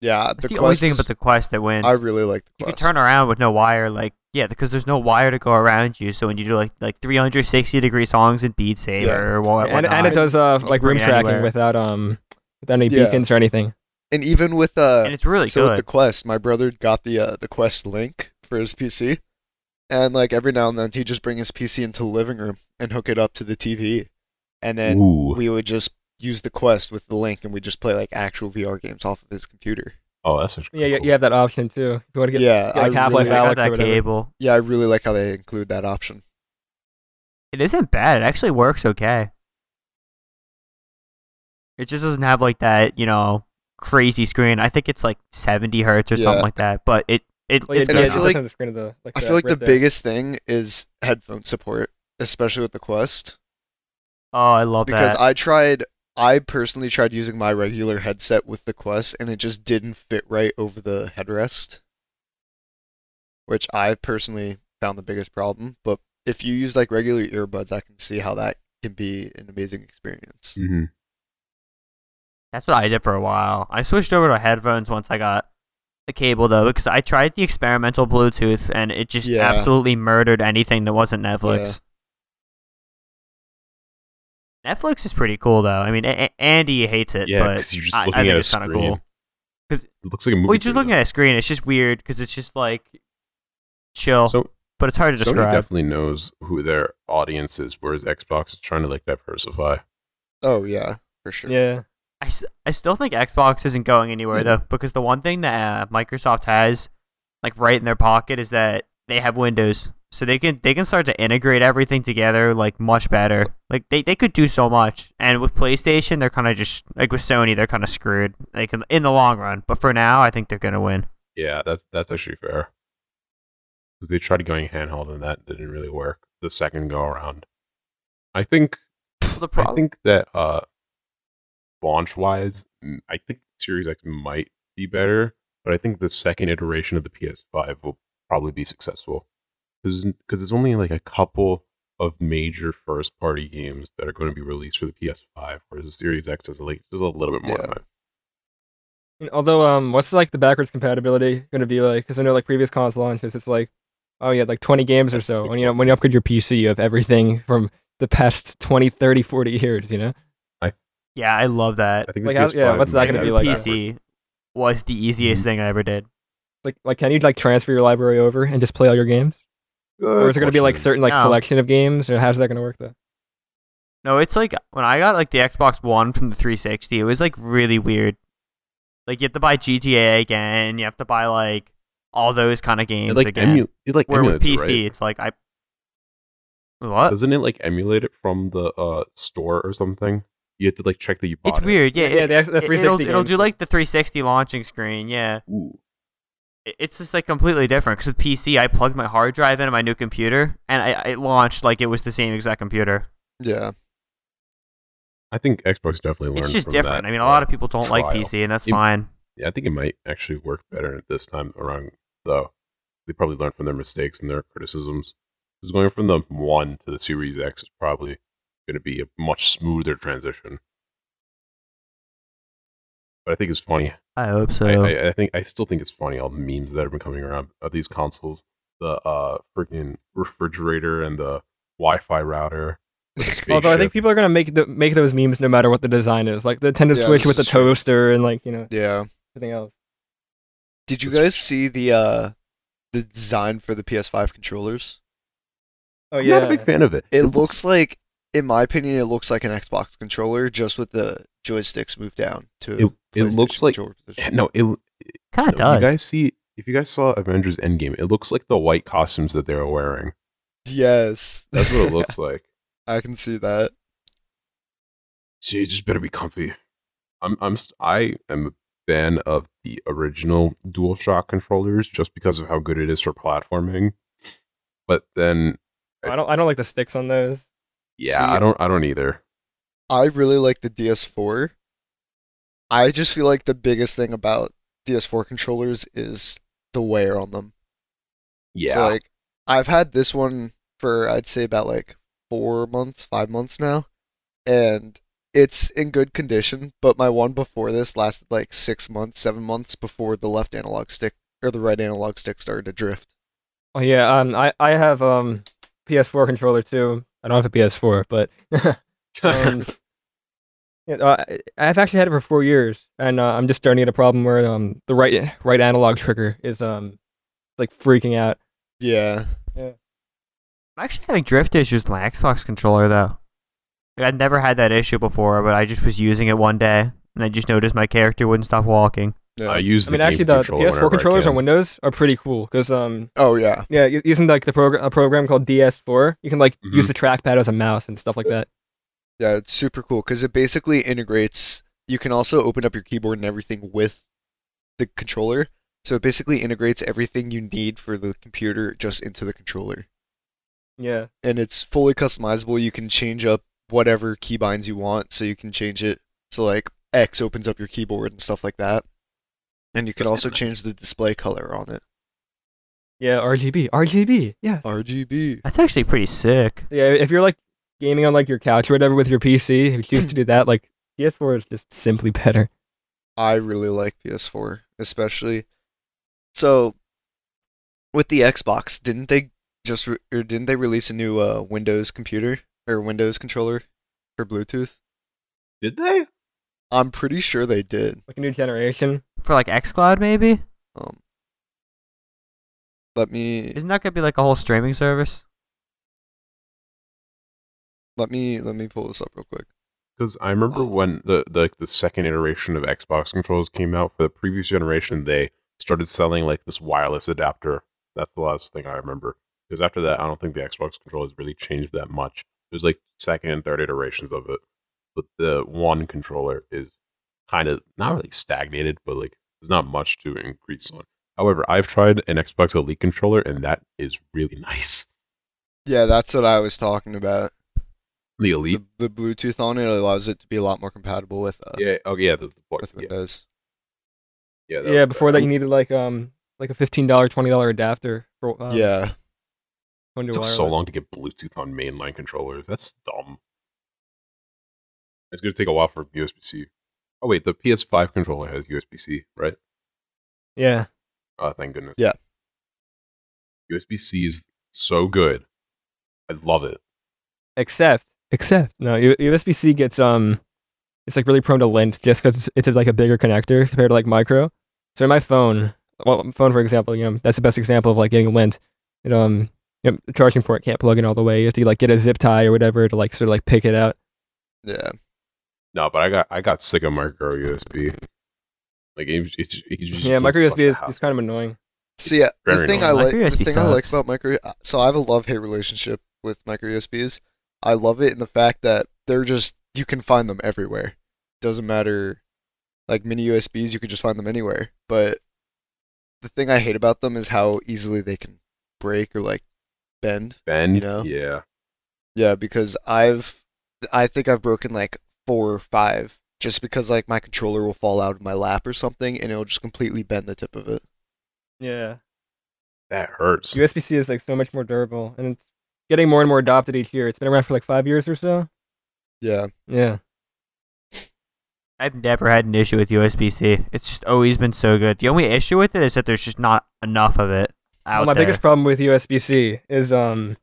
yeah.
That's
The,
the, only
Quest
thing
is-
about the Quest that wins.
I really like the
you can
Quest.
turn around with no wire, like yeah, because there's no wire to go around you. So when you do like like 360 degree songs in Beat Saber
Yeah.
or what,
And,
whatnot,
and it does uh
You
like
can bring
room
it
tracking
anywhere.
without um without any
Yeah.
beacons or anything.
and even with uh,
and it's really
so with
good.
the Quest, my brother got the uh, the Quest Link for his PC, and like every now and then he just bring his PC into the living room and hook it up to the TV, and then
Ooh.
we would just use the Quest with the Link and we just play like actual VR games off of his computer.
Oh, that's actually
Yeah, you,
cool.
you have that option too. If you want to get
yeah,
like
I
Half-Life
I
really,
got
Alex or
that
whatever.
cable.
Yeah, I really like how they include that option.
It isn't bad. It actually works okay. It just doesn't have like that, you know, crazy screen. I think it's like 70 hertz or
Yeah.
something like that. But it it,
Well,
it
yeah,
And I
it
does
feel
doesn't
it.
like-
have the screen of the, like
I feel like the
red there.
biggest thing is headphone support, especially with the Quest,
oh, I love
because
that.
I tried I personally tried using my regular headset with the Quest and it just didn't fit right over the headrest, which I personally found the biggest problem, but if you use like regular earbuds, I can see how that can be an amazing experience.
Mhm.
That's what I did for a while. I switched over to headphones once I got a cable though, because I tried the experimental Bluetooth and it just
Yeah.
absolutely murdered anything that wasn't Netflix. Netflix is pretty cool though. I mean, a- a- Andy hates it,
Yeah,
but
'cause you're just
I, I
looking
think
at a
it's kind of
screen.
cool.
It looks like a movie.
Well, just
theater.
looking at a screen, it's just weird because it's just like chill,
So
but it's hard to
Sony
describe.
definitely knows who their audience is, whereas Xbox is trying to like diversify.
Oh yeah, for sure.
Yeah.
I, s- I still think Xbox isn't going anywhere
Mm-hmm.
though because the one thing that uh, Microsoft has like right in their pocket is that they have Windows. So they can they can start to integrate everything together like much better. Like they, they could do so much. And with PlayStation, they're kind of just like with Sony, they're kind of screwed like in, in the long run. But for now, I think they're going to win.
Yeah, that's that's actually fair. Because they tried going handheld and that didn't really work the second go around. I think
The
I think that uh launch wise, I think Series X might be better, but I think the second iteration of the PS5 will probably be successful because it's only like a couple of major first party games that are going to be released for the PS5, whereas the Series X is like just a little bit more.
Yeah.
time.
And although um, what's like the backwards compatibility going to be like? Because I know like previous console launches, it's like, oh yeah, like 20 games or so. When you know when you upgrade your PC, you have everything from the past 20, 30, 40 years. You know.
yeah, I love that.
I think
Like,
the
how-
PS5
yeah, what's that Mm-hmm. gonna
might have
be
it
like?
backward.
PC was the easiest thing I ever did.
Like like can you like transfer your library over and just play all your games? or is it going to be like
Question.
certain like
No.
selection of games, or how's that going to work though?
No, it's like when I got like the Xbox One from the 360, it was like really weird. Like you have to buy GTA again, you have to buy like all those kind of games
It, like
again.
emu- it like
Where with uh
emulates it,
PC,
right?
it's like I what?
Doesn't it like emulate it from the uh, store or something? You have to like check that you bought
It's
it.
weird, yeah.
Yeah,
it-
the X- the
it-
360
it'll, it'll
games.
do like the 360 launching screen, yeah.
Ooh.
It- It's just like completely different. Cause with PC, I plugged my hard drive into my new computer, and I it launched like it was the same exact computer.
Yeah.
I think Xbox definitely learned.
It's just
from
different.
that,
I mean, a
uh,
lot of people don't like
trial.
PC, and that's
Im-
fine.
Yeah, I think it might actually work better this time around, though. They probably learned from their mistakes and their criticisms. Because going from the one to the Series X is probably going to be a much smoother transition. But I think it's funny
I hope so.
I, I, I think I still think it's funny all the memes that have been coming around of these consoles, the uh freaking refrigerator and the Wi-Fi router. with the
Although I
spaceship.
think people are going to make the, make those memes no matter what the design is, like the Nintendo
Yeah,
Switch
this
with the
is true.
toaster and like you know
Yeah.
everything else.
Did you
This-
guys see the uh the design for the PS5 controllers?
Oh
I'm
yeah,
not a big fan of it.
It looks like in my opinion it looks like an Xbox controller just with the joysticks moved down to
It- it looks
PlayStation
like-
controller position.
no. It no,
kind
if
of does.
You guys see if you guys saw Avengers Endgame, it looks like the white costumes that they were wearing.
Yes.
That's what it looks like.
I can see that.
See, it just better be comfy. I'm I'm st- I am a fan of the original DualShock controllers just because of how good it is for platforming. But then,
I don't I don't like the sticks on those.
yeah,
See,
I don't I don't either.
I really like the DS4. I just feel like the biggest thing about DS4 controllers is the wear on them.
Yeah,
So like I've had this one for I'd say about like four months, five months now, and it's in good condition. But my one before this lasted like six months, seven months before the left analog stick or the right analog stick started to drift.
Oh yeah, um, I I have um PS4 controller too. I don't have a PS4, but um, yeah, uh, I- I've actually had it for four years, and uh, I'm just starting to get a problem where um the right right analog trigger is um like freaking out.
Yeah.
I'm actually having drift issues with my Xbox controller though. Like, I'd never had that issue before, but I just was using it one day and I just noticed my character wouldn't stop walking.
yeah.
I use.
I mean,
the
actually,
Game
the, the
controller whenever
PS4
I
controllers
can.
on Windows are pretty cool because um
oh yeah.
yeah u- using like the program a program called DS4, you can like
Mhm.
use the trackpad as a mouse and stuff like that.
Yeah, it's super cool because it basically integrates. You can also open up your keyboard and everything with the controller. So it basically integrates everything you need for the computer just into the controller.
Yeah,
and it's fully customizable. You can change up whatever keybinds you want, so you can change it so like X opens up your keyboard and stuff like that. And you can
That's
also
kinda
change the display color on it.
yeah, RGB, RGB, yeah.
RGB.
That's actually pretty sick.
Yeah, if you're like gaming on like your couch or whatever with your PC, if you choose to do that, like PS4 is just simply better.
I really like PS4, especially. So, with the Xbox, didn't they just re- or didn't they release a new uh, Windows computer or Windows controller for Bluetooth?
Did they?
I'm pretty sure they did.
Like a new generation.
For like xCloud maybe?
Um, let me
Isn't that gonna be like a whole streaming service?
let me let me pull this up real quick.
Because I remember
Oh.
when the, the the second iteration of Xbox controllers came out for the previous generation, they started selling like this wireless adapter. That's the last thing I remember. Because after that, I don't think the Xbox controllers really changed that much. There's like second and third iterations of it, but the one controller is kind of not really stagnated, but like there's not much to increase on. However, I've tried an Xbox Elite controller, and that is really nice.
Yeah, that's what I was talking about.
The Elite,
The, the Bluetooth on it allows it to be a lot more compatible with uh,
yeah, oh yeah, the, the plug-
with
yeah,
Windows.
yeah, that
Yeah,
was
before
better.
that you needed like um like a fifteen dollar, twenty dollar adapter for um,
yeah,
phone to
It took
wireless.
so long to get Bluetooth on mainline controllers. That's dumb. It's going to take a while for USB C. Oh, wait, the PS5 controller has USB C, right?
Yeah.
Oh, thank goodness.
Yeah.
USB C is so good. I love it.
Except except no U- USB C gets um it's like really prone to lint just because it's, it's like a bigger connector compared to like micro. So in my phone, well, phone for example, you know that's the best example of like getting lint. It um Yep, the charging port can't plug in all the way. You have to like get a zip tie or whatever to like sort of like pick it out.
Yeah.
No, but I got I got sick of micro USB. Like it, it, it just
yeah,
becomes
micro
such
USB
a
is,
hassle.
is kind of annoying.
So yeah, the
Very
thing I
annoying.
like,
Micro
the
USB
thing I like
sucks.
about micro, so I have a love-hate relationship with micro USBs. I love it in the fact that they're just you can find them everywhere. Doesn't matter, like mini USBs, you could just find them anywhere. But the thing I hate about them is how easily they can break or like bend.
Bend,
you know?
yeah.
Yeah, because I've I think I've broken like four or five just because like my controller will fall out of my lap or something and it'll just completely bend the tip of it.
Yeah,
That hurts.
USB C is like so much more durable, and it's getting more and more adopted each year. It's been around for like five years or so.
Yeah.
Yeah,
I've never had an issue with USB C. It's just always been so good. The only issue with it is that there's just not enough of it out
Well, my
there.
biggest problem with USB C is um,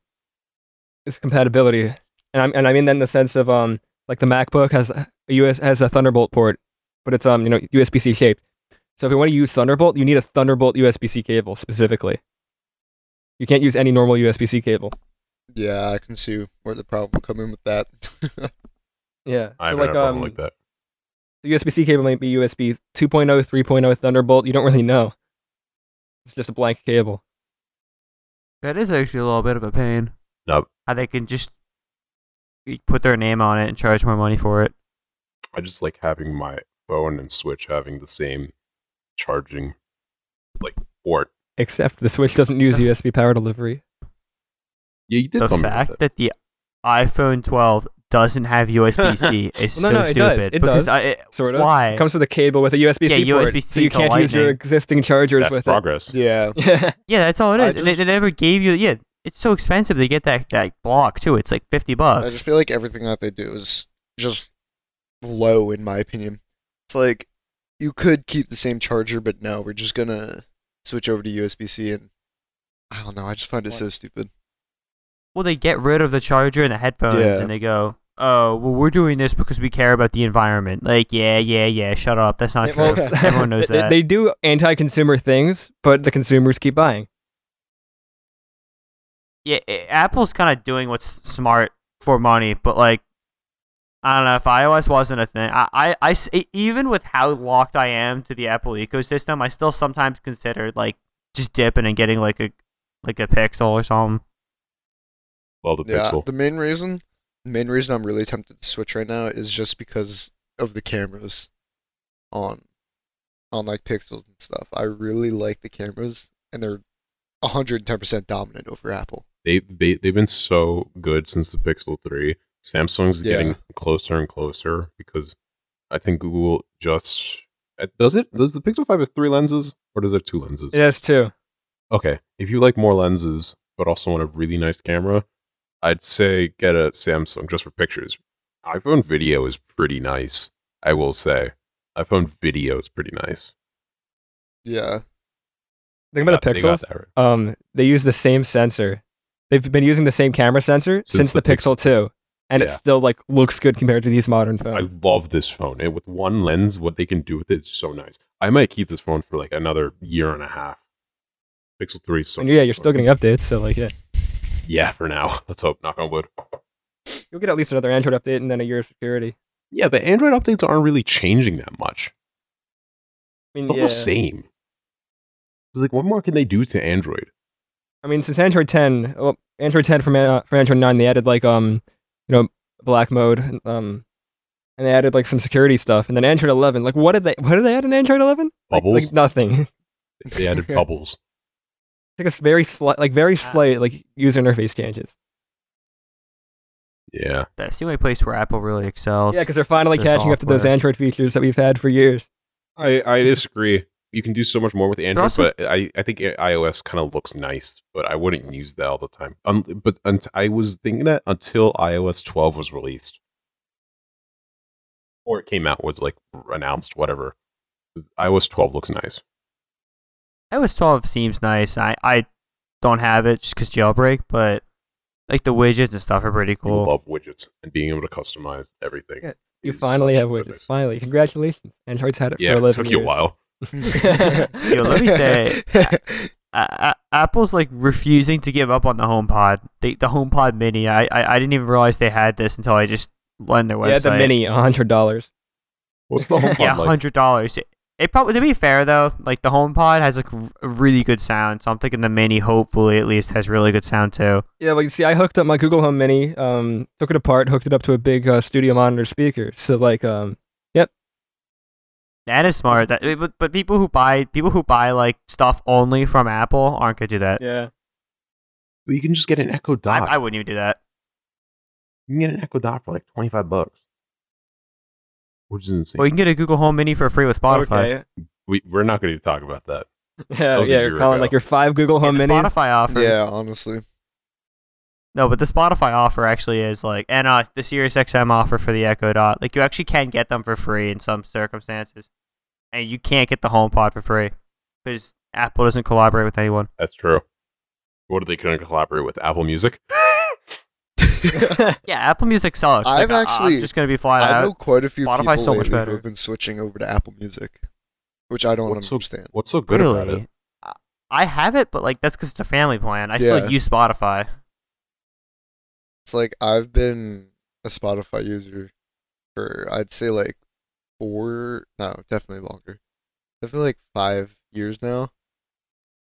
is compatibility, and I'm and I mean that in the sense of um, like the MacBook has a US has a Thunderbolt port, but it's um you know USB C shaped. So if you want to use Thunderbolt, you need a Thunderbolt USB C cable specifically. You can't use any normal USB C cable.
Yeah, I can see where the problem come in with that.
Yeah.
I
so
haven't
like
had a problem
um,
like that.
the USB C cable might be USB 2.0, 3.0 Thunderbolt. You don't really know. It's just a blank cable.
That is actually a little bit of a pain.
No,
How they can just put their name on it and charge more money for it.
I just like having my phone and Switch having the same charging like port.
Except the Switch doesn't use USB power delivery.
Yeah, you did
the
tell me about
fact
that.
that the iPhone 12 doesn't have USB C is
Well,
so
no, no, it does.
stupid.
It
because
does.
I, it,
Sort of.
why?
It comes with a cable with a USB C
Yeah,
port,
USB-C
so you
to
can't use your
Lightning.
existing chargers
That's
with
progress.
yeah.
it. Yeah.
yeah, that's all it
I
is. And they,
just-
they never gave you. Yeah, it's so expensive to get that that block too. It's like fifty
I
bucks.
just feel like everything that they do is just low in my opinion. It's like you could keep the same charger, but no, we're just gonna switch over to USB C and I don't know, I just find it so stupid.
Well, they get rid of the charger and the headphones,
Yeah.
and they go, "Oh, well, we're doing this because we care about the environment." Like, yeah, yeah, yeah. Shut up. That's not
Yeah,
true.
well,
Everyone knows
They-
that.
They do anti-consumer things, but the consumers keep buying.
yeah, i Apple's kind of doing what's smart for money, but like, I don't know if iOS wasn't a thing. I, I, I s- e- even with how locked I am to the Apple ecosystem, I still sometimes consider like just dipping and getting like a like a Pixel or something.
Well, the
yeah.
Pixel.
The main reason the main reason I'm really tempted to switch right now is just because of the cameras on on like pixels and stuff. I really like the cameras and they're 110% dominant over Apple.
they, they they've been so good since the Pixel 3. Samsung's
Yeah.
getting closer and closer because I think Google just uh, does it. Does the Pixel 5 have three lenses or does it have two lenses?
It has two.
Okay, if you like more lenses but also want a really nice camera, I'd say get a Samsung just for pictures. iPhone video is pretty nice, I will say. iPhone video is pretty nice.
Yeah.
Think about
Uh,
the
they got
pixels.
that right.
Um, they use the same sensor. They've been using the same camera sensor since, the, Pixel 2, and it
Yeah.
still like looks good compared to these modern
I
phones.
love this phone. And with one lens, what they can do with it is so nice. I might keep this phone for like another year and a half. Pixel 3 is so
and yeah, you're still getting updates, so like yeah,
Yeah, for now. Let's hope, knock on wood.
you'll get at least another Android update and then a year of security.
Yeah, but Android updates aren't really changing that much.
I mean,
It's all
yeah.
the same. It's like, what more can they do to Android?
I mean, since Android 10, well, Android 10 from uh, from Android 9, they added like um, you know, black mode, and, um, and they added like some security stuff, and then Android 11. Like, what did they what did they add in Android 11? Like,
Bubbles?
like nothing.
They added bubbles.
Like it's very slight, like very slight, like user interface changes.
Yeah.
That's the only place where Apple really excels.
Yeah, because they're finally
their
catching up to those
software.
Android features that we've had for years.
I, I disagree. You can do so much more with Android,
also-
but I, I think i- iOS kind of looks nice, but I wouldn't use that all the time. Um, but unt- I was thinking that until iOS 12 was released, or it came out was like announced, whatever. 'Cause iOS 12 looks nice.
iOS 12 seems nice. I, I don't have it just because jailbreak, but like the widgets and stuff are pretty
People
cool.
love widgets and being able to customize everything.
Yeah, You
is
finally
such
have
a
widgets.
bonus.
Finally, congratulations! Android's had it
Yeah,
for
it
11
took
years.
you a while.
Yo,
let me say, A- A- Apple's like refusing to give up on the HomePod. The the HomePod Mini. I I, I didn't even realize they had this until I just went on their website.
Yeah, the mini, hundred dollars.
What's the HomePod
Yeah,
like?
hundred dollars. It, it probably to be fair though, like the HomePod has like r- a really good sound, so I'm thinking the Mini hopefully at least has really good sound too.
Yeah, well, you see, I hooked up my Google Home Mini, um, took it apart, hooked it up to a big uh, studio monitor speaker. So like, um,
That is smart. That eh, but but people who buy people who buy like stuff only from Apple aren't gonna do that.
yeah,
But you can just get an Echo
I,
Dot.
I wouldn't even do that.
you can get an Echo Dot for like twenty five bucks, which is insane.
Well, you can get a Google Home Mini for free with Spotify.
okay.
we, we're not going to talk about that.
yeah,
Those
yeah.
are
You're
your
calling
go.
like your five Google Home
The
Minis.
Spotify offers.
Yeah, honestly.
No, but the Spotify offer actually is like, and uh, the Sirius XM offer for the Echo Dot. Like, you actually can get them for free in some circumstances, and you can't get the HomePod for free because Apple doesn't collaborate with anyone.
That's true. What are they going to collaborate with? Apple Music?
Yeah, Apple Music sucks.
I've
Like, I-
actually-
I'm just gonna be flat
I know
out.
quite a few
Spotify's
people
so much
lately
better.
who have been switching over to Apple Music, which I don't
What's so-
understand.
What's so good about it?
Really, I- I have it, but like that's because it's a family plan. I
Yeah.
still use Spotify.
It's like I've been a Spotify user for I'd say like four, no, definitely longer. Definitely like five years now.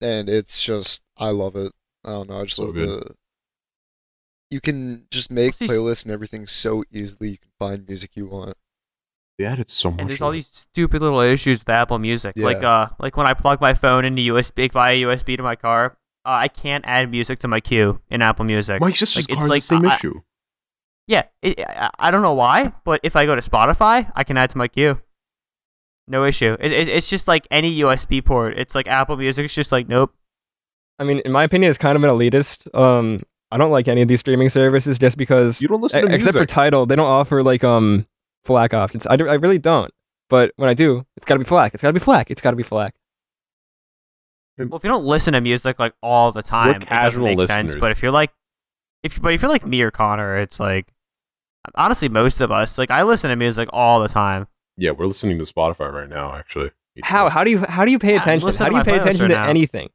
And it's just I love it. I don't know, I just
So
love
good.
the you can just make
What's these-
playlists and everything so easily. You can find music you want.
They added so much.
and there's
to
all
it.
these stupid little issues with Apple Music. Like
Yeah.
uh, like when I plug my phone into USB like, via USB to my car, uh, I can't add music to my queue in Apple Music.
My sister's
like,
like,
it's
car
like,
has the same
I-
issue.
Yeah, it, I, I don't know why, but if I go to Spotify, I can add to my queue. No issue. It, it, it's just like any USB port. It's like Apple Music. It's just like nope.
I mean, in my opinion, it's kind of an elitist. Um, I don't like any of these streaming services just because,
You don't listen
e-
to music.
except for Tidal, they don't offer like um FLAC options. I, do- I really don't. But when I do, it's got to be FLAC. It's got to be FLAC. It's got to be FLAC.
Well, if you don't listen to music like all the time, it doesn't
casual
make sense.
listeners.
But if you're like, if but if you're like me or Connor, it's like honestly most of us like I listen to music all the time.
yeah, we're listening to Spotify right now. Actually, Each of
How
us.
how do you how do you pay
Yeah,
attention?
listen
How
to
do you
my
pay
playlist
attention
right
to
now.
anything?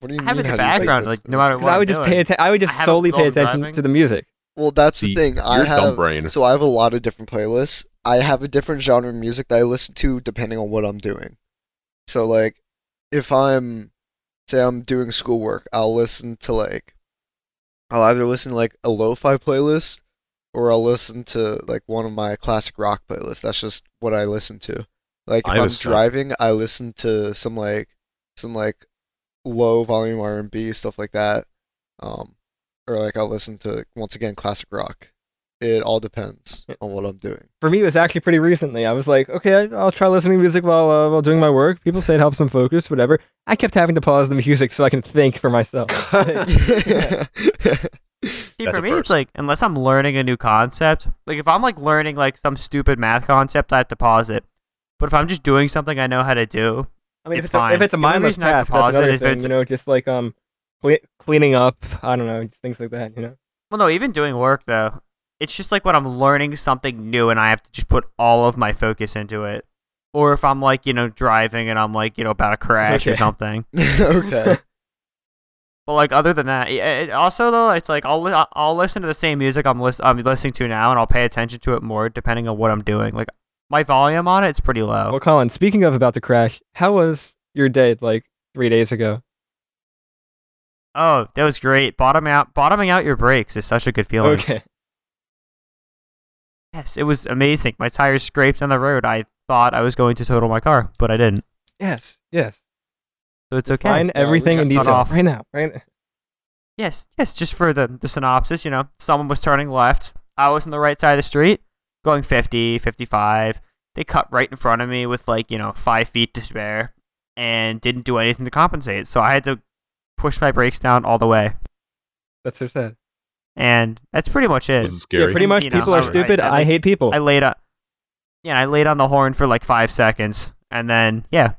What do you
I have
mean?
it in the
how do you pay
background,
attention
like, no
to
matter
music?
Because I would just pay
doing?
attention. I would
I
just
have it
solely pay
all
attention
driving.
to the music.
Well, that's
See,
the thing. I
your
have
dumb brain.
so I have a lot of different playlists. I have a different genre of music that I listen to depending on what I'm doing. So like, if I'm say I'm doing schoolwork, I'll listen to like, I'll either listen to like a lo-fi playlist, or I'll listen to like one of my classic rock playlists. That's just what I listen to. Like if
I
I'm
understand.
driving, I listen to some like some like low volume R and B stuff like that. Um, or like I'll listen to once again classic rock. It all depends on what I'm doing.
for me, it was actually pretty recently. I was like, okay, I- I'll try listening to music while uh, while doing my work. People say it helps them focus, whatever. I kept having to pause the music so I can think for myself. Like,
See,
That's
for
a
me,
first.
it's like unless I'm learning a new concept, like if I'm like learning like some stupid math concept, I have to pause it. But if I'm just doing something I know how to do,
I mean,
It's
if it's, a, if
fine.
it's a
The only
mindless
reason I have to
task, that's
pause it
another
is if
thing.
it's-
You know, just like um, cle cleaning up. I don't know, just things like that. You know,
well, no, even doing work though, it's just like when I'm learning something new and I have to just put all of my focus into it. Or if I'm like you know driving and I'm like you know about to crash or
Okay.
something.
okay.
But like other than that, yeah, it, also though, it's like I'll li- I'll listen to the same music I'm lis- I'm listening to now, and I'll pay attention to it more depending on what I'm doing. Like my volume on it's pretty low.
well, Colin, speaking of about the crash, how was your day like three days ago?
Oh, that was great. Bottoming out, bottoming out your brakes is such a good feeling.
Okay,
Yes, it was amazing. My tires scraped on the road. I thought I was going to total my car, but I didn't.
yes, yes,
So it's okay.
find
Yeah, we
everything
got
in
cut
detail
off.
right now, right?
Yes, yes. Just for the the synopsis, you know, someone was turning left. I was on the right side of the street, going 50, 55. They cut right in front of me with like you know five feet to spare, and didn't do anything to compensate. So I had to push my brakes down all the way,
That's so sad.
and that's pretty much it.
was it scary?
Yeah, pretty much.
You know,
people are
so I-
stupid.
I
I,
like-
hate people.
I laid on, yeah, I laid on the horn for like five seconds, and then yeah,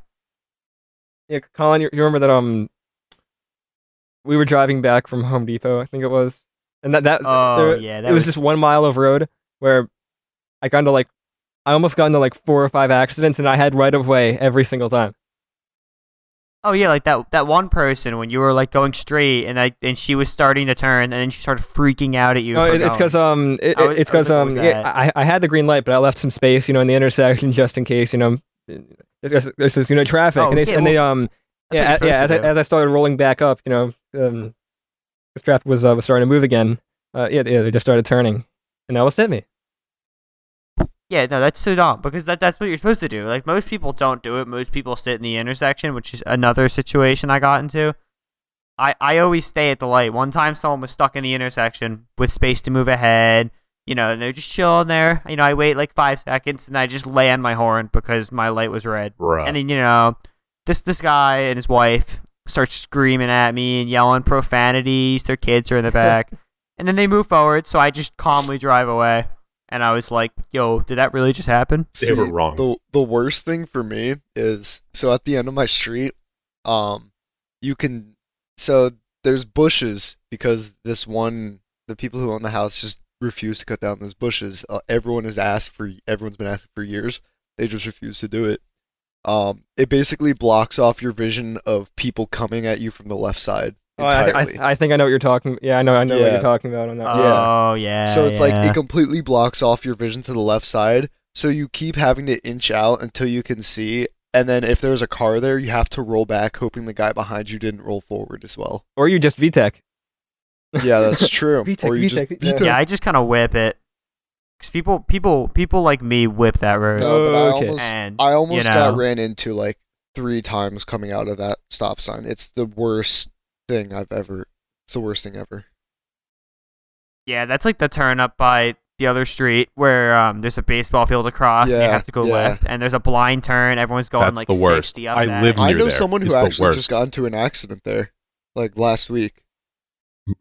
Yeah, Colin, you, you remember that um, we were driving back from Home Depot, I think it was, and that that
Oh,
there-
yeah,
it
that
was,
was-
just one mile of road where I got into like, I almost got into like four or five accidents, and I had right of way every single time.
Oh yeah, like that that one person when you were like going straight and I and she was starting to turn and then she started freaking out at you.
No,
for
it, it's
going.
because um, it,
I was-
it's
I was
because
like,
um,
what was
yeah,
that?
I I had the green light, but I left some space, you know, in the intersection just in case, you know, there's there's this you know traffic,
Oh,
and they
yeah,
and they um,
That's
yeah,
what
a-
you're
yeah. As
supposed
I,
to do.
as I started rolling back up, you know, um, this traffic was uh, was starting to move again. Uh, yeah, yeah, they just started turning, and almost hit me.
Yeah, no, that's so dumb because that that's what you're supposed to do. Like most people don't do it. Most people sit in the intersection, which is another situation I got into. I I always stay at the light. One time, someone was stuck in the intersection with space to move ahead. You know, and they're just chilling there. You know, I wait like five seconds and I just land my horn because my light was red.
Bruh.
And then you know, this this guy and his wife start screaming at me and yelling profanities. Their kids are in the back, and then they move forward. So I just calmly drive away, and I was like, "Yo, did that really just happen?"
They were wrong.
The the worst thing for me is so at the end of my street, um, you can so there's bushes because this one the people who own the house just refuse to cut down those bushes. Uh, everyone has asked for everyone's been asking for years. They just refuse to do it. Um, it basically blocks off your vision of people coming at you from the left side
Oh, I,
entirely.
I, I think I know what you're talking. Yeah, I know. I know what
Yeah.
you're talking about on that.
Uh, Yeah.
Oh yeah.
So it's like
yeah.
it completely blocks off your vision to the left side. So you keep having to inch out until you can see, and then if there's a car there, you have to roll back, hoping the guy behind you didn't roll forward as well.
or you just VTech.
Yeah, that's true.
VTech,
or you just
VTech,
VTech.
yeah, I just kind of whip it because people people people like me whip that road.
No, but I
Okay.
almost,
Oh, And
I almost
you know.
got ran into like three times coming out of that stop sign. It's the worst thing I've ever. It's the worst thing ever.
yeah, that's like the turn up by the other street where um, there's a baseball field across and you
Yeah,
have to go
yeah.
left, and there's a blind turn. Everyone's going
That's
like
the worst.
60 up
I
that.
live
I
Near
know
there.
someone who
It's the
actually
worst.
just got into an accident there, like last week.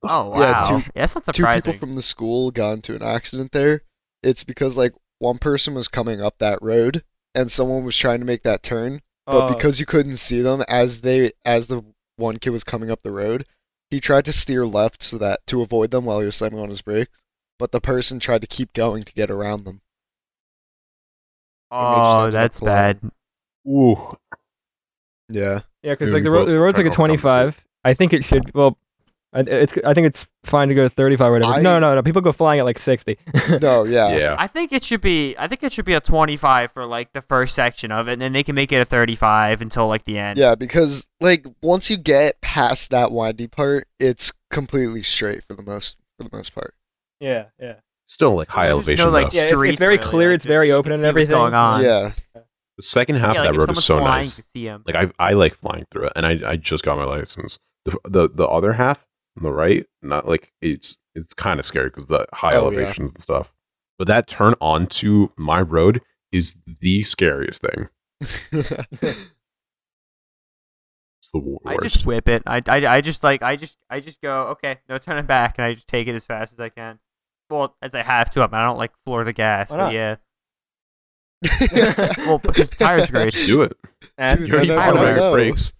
Oh wow,
Yeah, two-
that's not
two
surprising.
people from the school got into an accident there. It's because like one person was coming up that road and someone was trying to make that turn, but
Oh.
because you couldn't see them as they as the one kid was coming up the road, he tried to steer left so that to avoid them while he was slamming on his brakes. But the person tried to keep going to get around them. and they just
oh,
ended up
that's bad.
colliding.
Ooh,
Yeah.
Yeah, because
Dude,
like the,
we
ro-
both
the road's like a
turned off
25.
opposite.
I think it should. Well, I, it's. I think it's fine to go to 35 or whatever.
I-
no, no, no. People go flying at like 60.
No. Yeah.
yeah.
I think it should be. I think it should be a twenty-five for like the first section of it, and then they can make it a thirty-five until like the end.
Yeah, because like once you get past that windy part, it's completely straight for the most for the most part.
yeah, yeah.
Still like high
There's
elevation.
no, like,
though.
Yeah, it's,
Streets
it's very
really,
clear.
like,
it's very open
can
and
see what's
everything.
going on. Um,
yeah.
the second half
Yeah,
of
like,
that
if
road
someone's
is so
flying,
nice.
you see 'em.
Like I, I like flying through it, and I, I just got my license. The, the the other half on the right, not like it's it's kind of scary because the high
Oh, yeah.
elevations and stuff. But that turn onto my road is the scariest thing. It's the worst.
I just whip it. I, I, I just like I just I just go okay, no turning back, and I just take it as fast as I can. Well, as I have to. I, mean, I don't like floor the gas,
Why
but
not?
yeah. Well, because the tires are great.
do it.
And
Dude,
You already
I
automatic
don't
know.
brakes.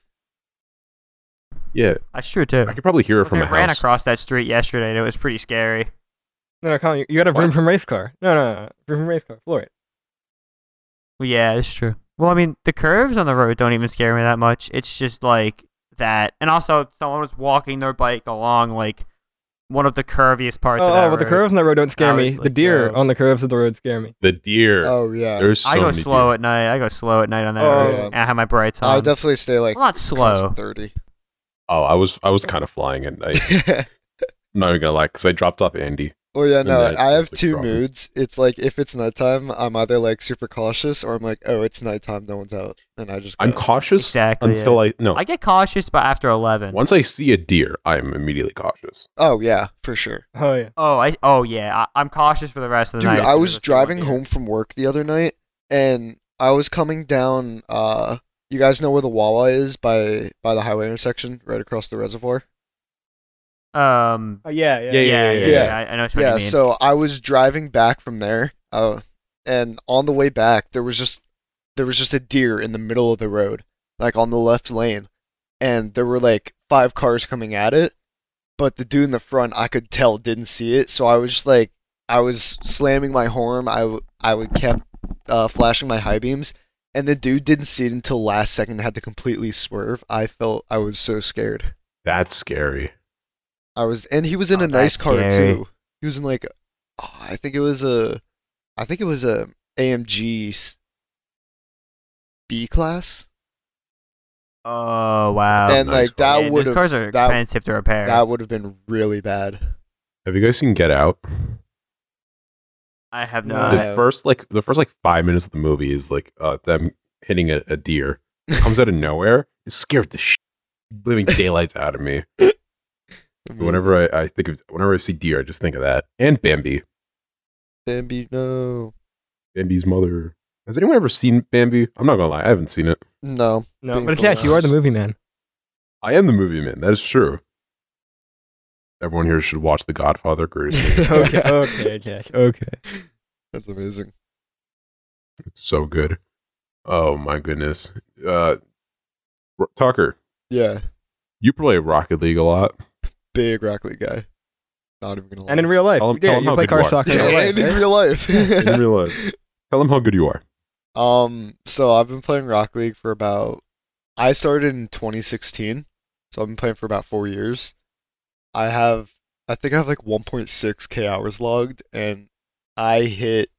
Yeah,
I sure do.
I could probably hear it
I
from my
ran
house.
across that street yesterday, and it was pretty scary.
no, no, Colin, you, you got a
What?
vroom from race car. No, no, no, no. Vroom from race car. Floor it.
Well, yeah, it's true. Well, I mean, the curves on the road don't even scare me that much. It's just like that, and also someone was walking their bike along like one of the curviest
Oh,
parts.
oh
of that
well, the
road.
curves on the road don't scare
I
me.
was
the
like,
deer
yo.
on the curves of the road scare me.
The deer.
Oh yeah.
There's so
I go
many
slow
deer.
at night. I go slow at night on that
Oh,
road.
yeah.
and I have my brights on.
I would definitely stay like
I'm not slow.
constant thirty.
Oh, I was I was kind of flying at night. I'm not even gonna lie, because I dropped off Andy.
well, yeah,
And
no,
that
I have
is a
two
problem.
moods. It's like if it's nighttime, I'm either like super cautious or I'm like, oh, it's nighttime, no one's out, and I just
I'm
go.
cautious
Exactly,
until I no.
I get cautious, but after eleven.
Once I see a deer, I am immediately cautious.
Oh yeah, for sure.
Oh yeah.
Oh, I. Oh yeah, I, I'm cautious for the rest of the
Dude,
night. as
I
soon
was
as see one
driving
here.
home from work the other night, and I was coming down. Uh, you guys know where the Wawa is by by the highway intersection, right across the reservoir.
Um.
Oh yeah,
Yeah,
yeah.
Yeah,
yeah, yeah.
yeah,
yeah.
I, I know what you
Yeah,
mean.
so I was driving back from there, uh, and on the way back there was just there was just a deer in the middle of the road, like on the left lane, and there were like five cars coming at it, but the dude in the front I could tell didn't see it, so I was just like I was slamming my horn, I w- I would kept uh, flashing my high beams, and the dude didn't see it until last second and had to completely swerve. I felt I was so scared.
That's scary.
I was and he was in
Oh,
a nice
that's
car
scary.
too. He was in like oh, I think it was a I think it was a AMG s- B class.
Oh wow.
and
nice
like that
Yeah,
would
those
have
cars are
that-
expensive to repair.
that would have been really bad.
Have you guys seen Get Out?
I have
No.
not.
the
Yeah.
first like the first like five minutes of the movie is like uh, them hitting a, a deer comes out of nowhere. It scared the sh- living daylights out of me. Whenever I, I think of whenever I see deer, I just think of that and Bambi,
Bambi, no,
Bambi's mother. Has anyone ever seen Bambi? I'm not gonna lie, I haven't seen it.
no,
No,
Being
but Jack, you are the movie man.
I am the movie man. That is true. Everyone here should watch The Godfather. Greatest movie.
Okay, okay, Jack. Okay.
that's amazing.
It's so good. Oh my goodness. Uh, R- Tucker,
Yeah,
you play Rocket League a lot.
big Rocket League guy. Not even gonna. Lie.
And in real life,
Tell him-
yeah,
tell him
you
how
play
big
car
you are.
soccer. in
yeah,
real life,
and in real life.
right?
In real life, tell them how good you are.
Um, so I've been playing Rock League for about I started in 2016, so I've been playing for about four years. I have I think I have like 1.6k hours logged, and I hit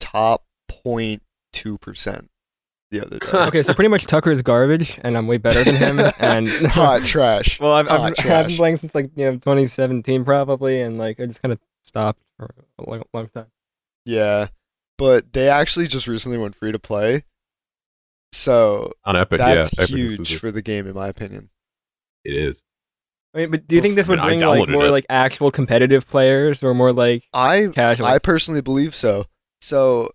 top 0.2 percent the other day.
okay, so pretty much Tucker is garbage, and I'm way better than him. And
hot trash.
well, I've, I've,
hot
I've been
trash.
playing since like you know 2017 probably, and like I just kind of stopped for a long, long time.
Yeah, but they actually just recently went free to play, so
On Epic,
that's
yeah, Epic
huge
exclusive.
for the game in my opinion.
It is.
I mean, but do you think this
I mean,
would
I
bring like
downloaded
more
it.
like actual competitive players or more like
I
casual?
I personally believe so. So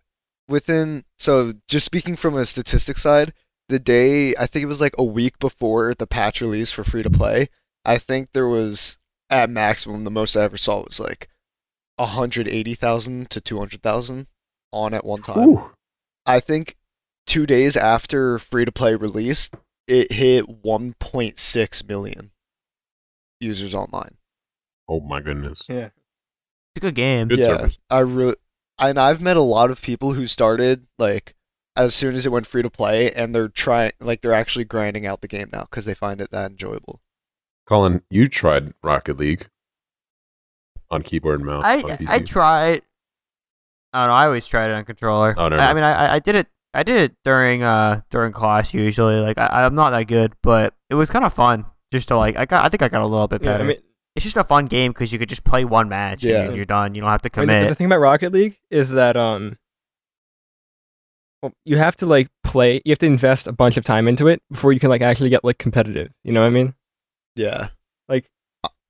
within so just speaking from a statistics side, the day I think it was like a week before the patch release for free to play, I think there was at maximum the most I ever saw was like 180,000 to 200,000 on at one time.
Ooh.
I think 2 days after free to play release, it hit 1.6 million users online.
Oh my goodness.
yeah.
It's a good game.
Good
yeah,
service.
I really and I've met a lot of people who started like as soon as it went free to play, and they're trying like they're actually grinding out the game now because they find it that enjoyable.
Colin, you tried Rocket League on keyboard and mouse on
I
PC.
I tried. I don't know. I always tried it on controller.
Oh, never
I, I
mind.
mean, I I- I did it. I did it during uh during class usually. Like I, I'm not that good, but it was kind of fun. Just to like, I got. I think I got a little bit
Yeah,
better.
I mean,
it's just a fun game because you could just play one match
Yeah.
and you're, you're done. You don't have to
I mean, the-
commit.
the thing about Rocket League is that um, well, you have to like play. You have to invest a bunch of time into it before you can like actually get like competitive. You know what I mean?
Yeah,
Like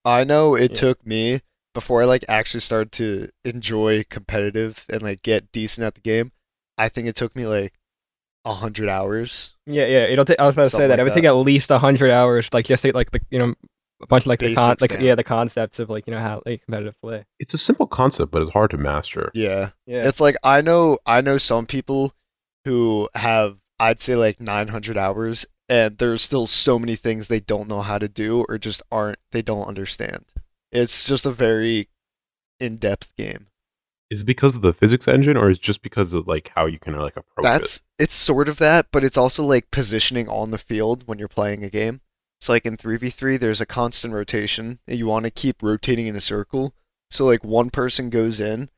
I know it
Yeah.
took me before I like actually started to enjoy competitive and like get decent at the game. I think it took me like a hundred hours.
Yeah, yeah. It'll take. I was about to say
Something
that.
like
it would take
that.
at least hundred hours, like just to, like the you know a bunch of like the con-
Basics
like
down.
yeah the concepts of like you know how like competitive play.
It's a simple concept, but it's hard to master.
Yeah.
Yeah.
It's like I know I know some people who have I'd say like 900 hours and there's still so many things they don't know how to do or just aren't they don't understand. It's just a very in-depth game.
Is it because of the physics engine, or is it just because of like how you can like approach it?
That's it's sort of that, but it's also like positioning on the field when you're playing a game. So like in 3v3 there's a constant rotation and you want to keep rotating in a circle. So like one person goes in,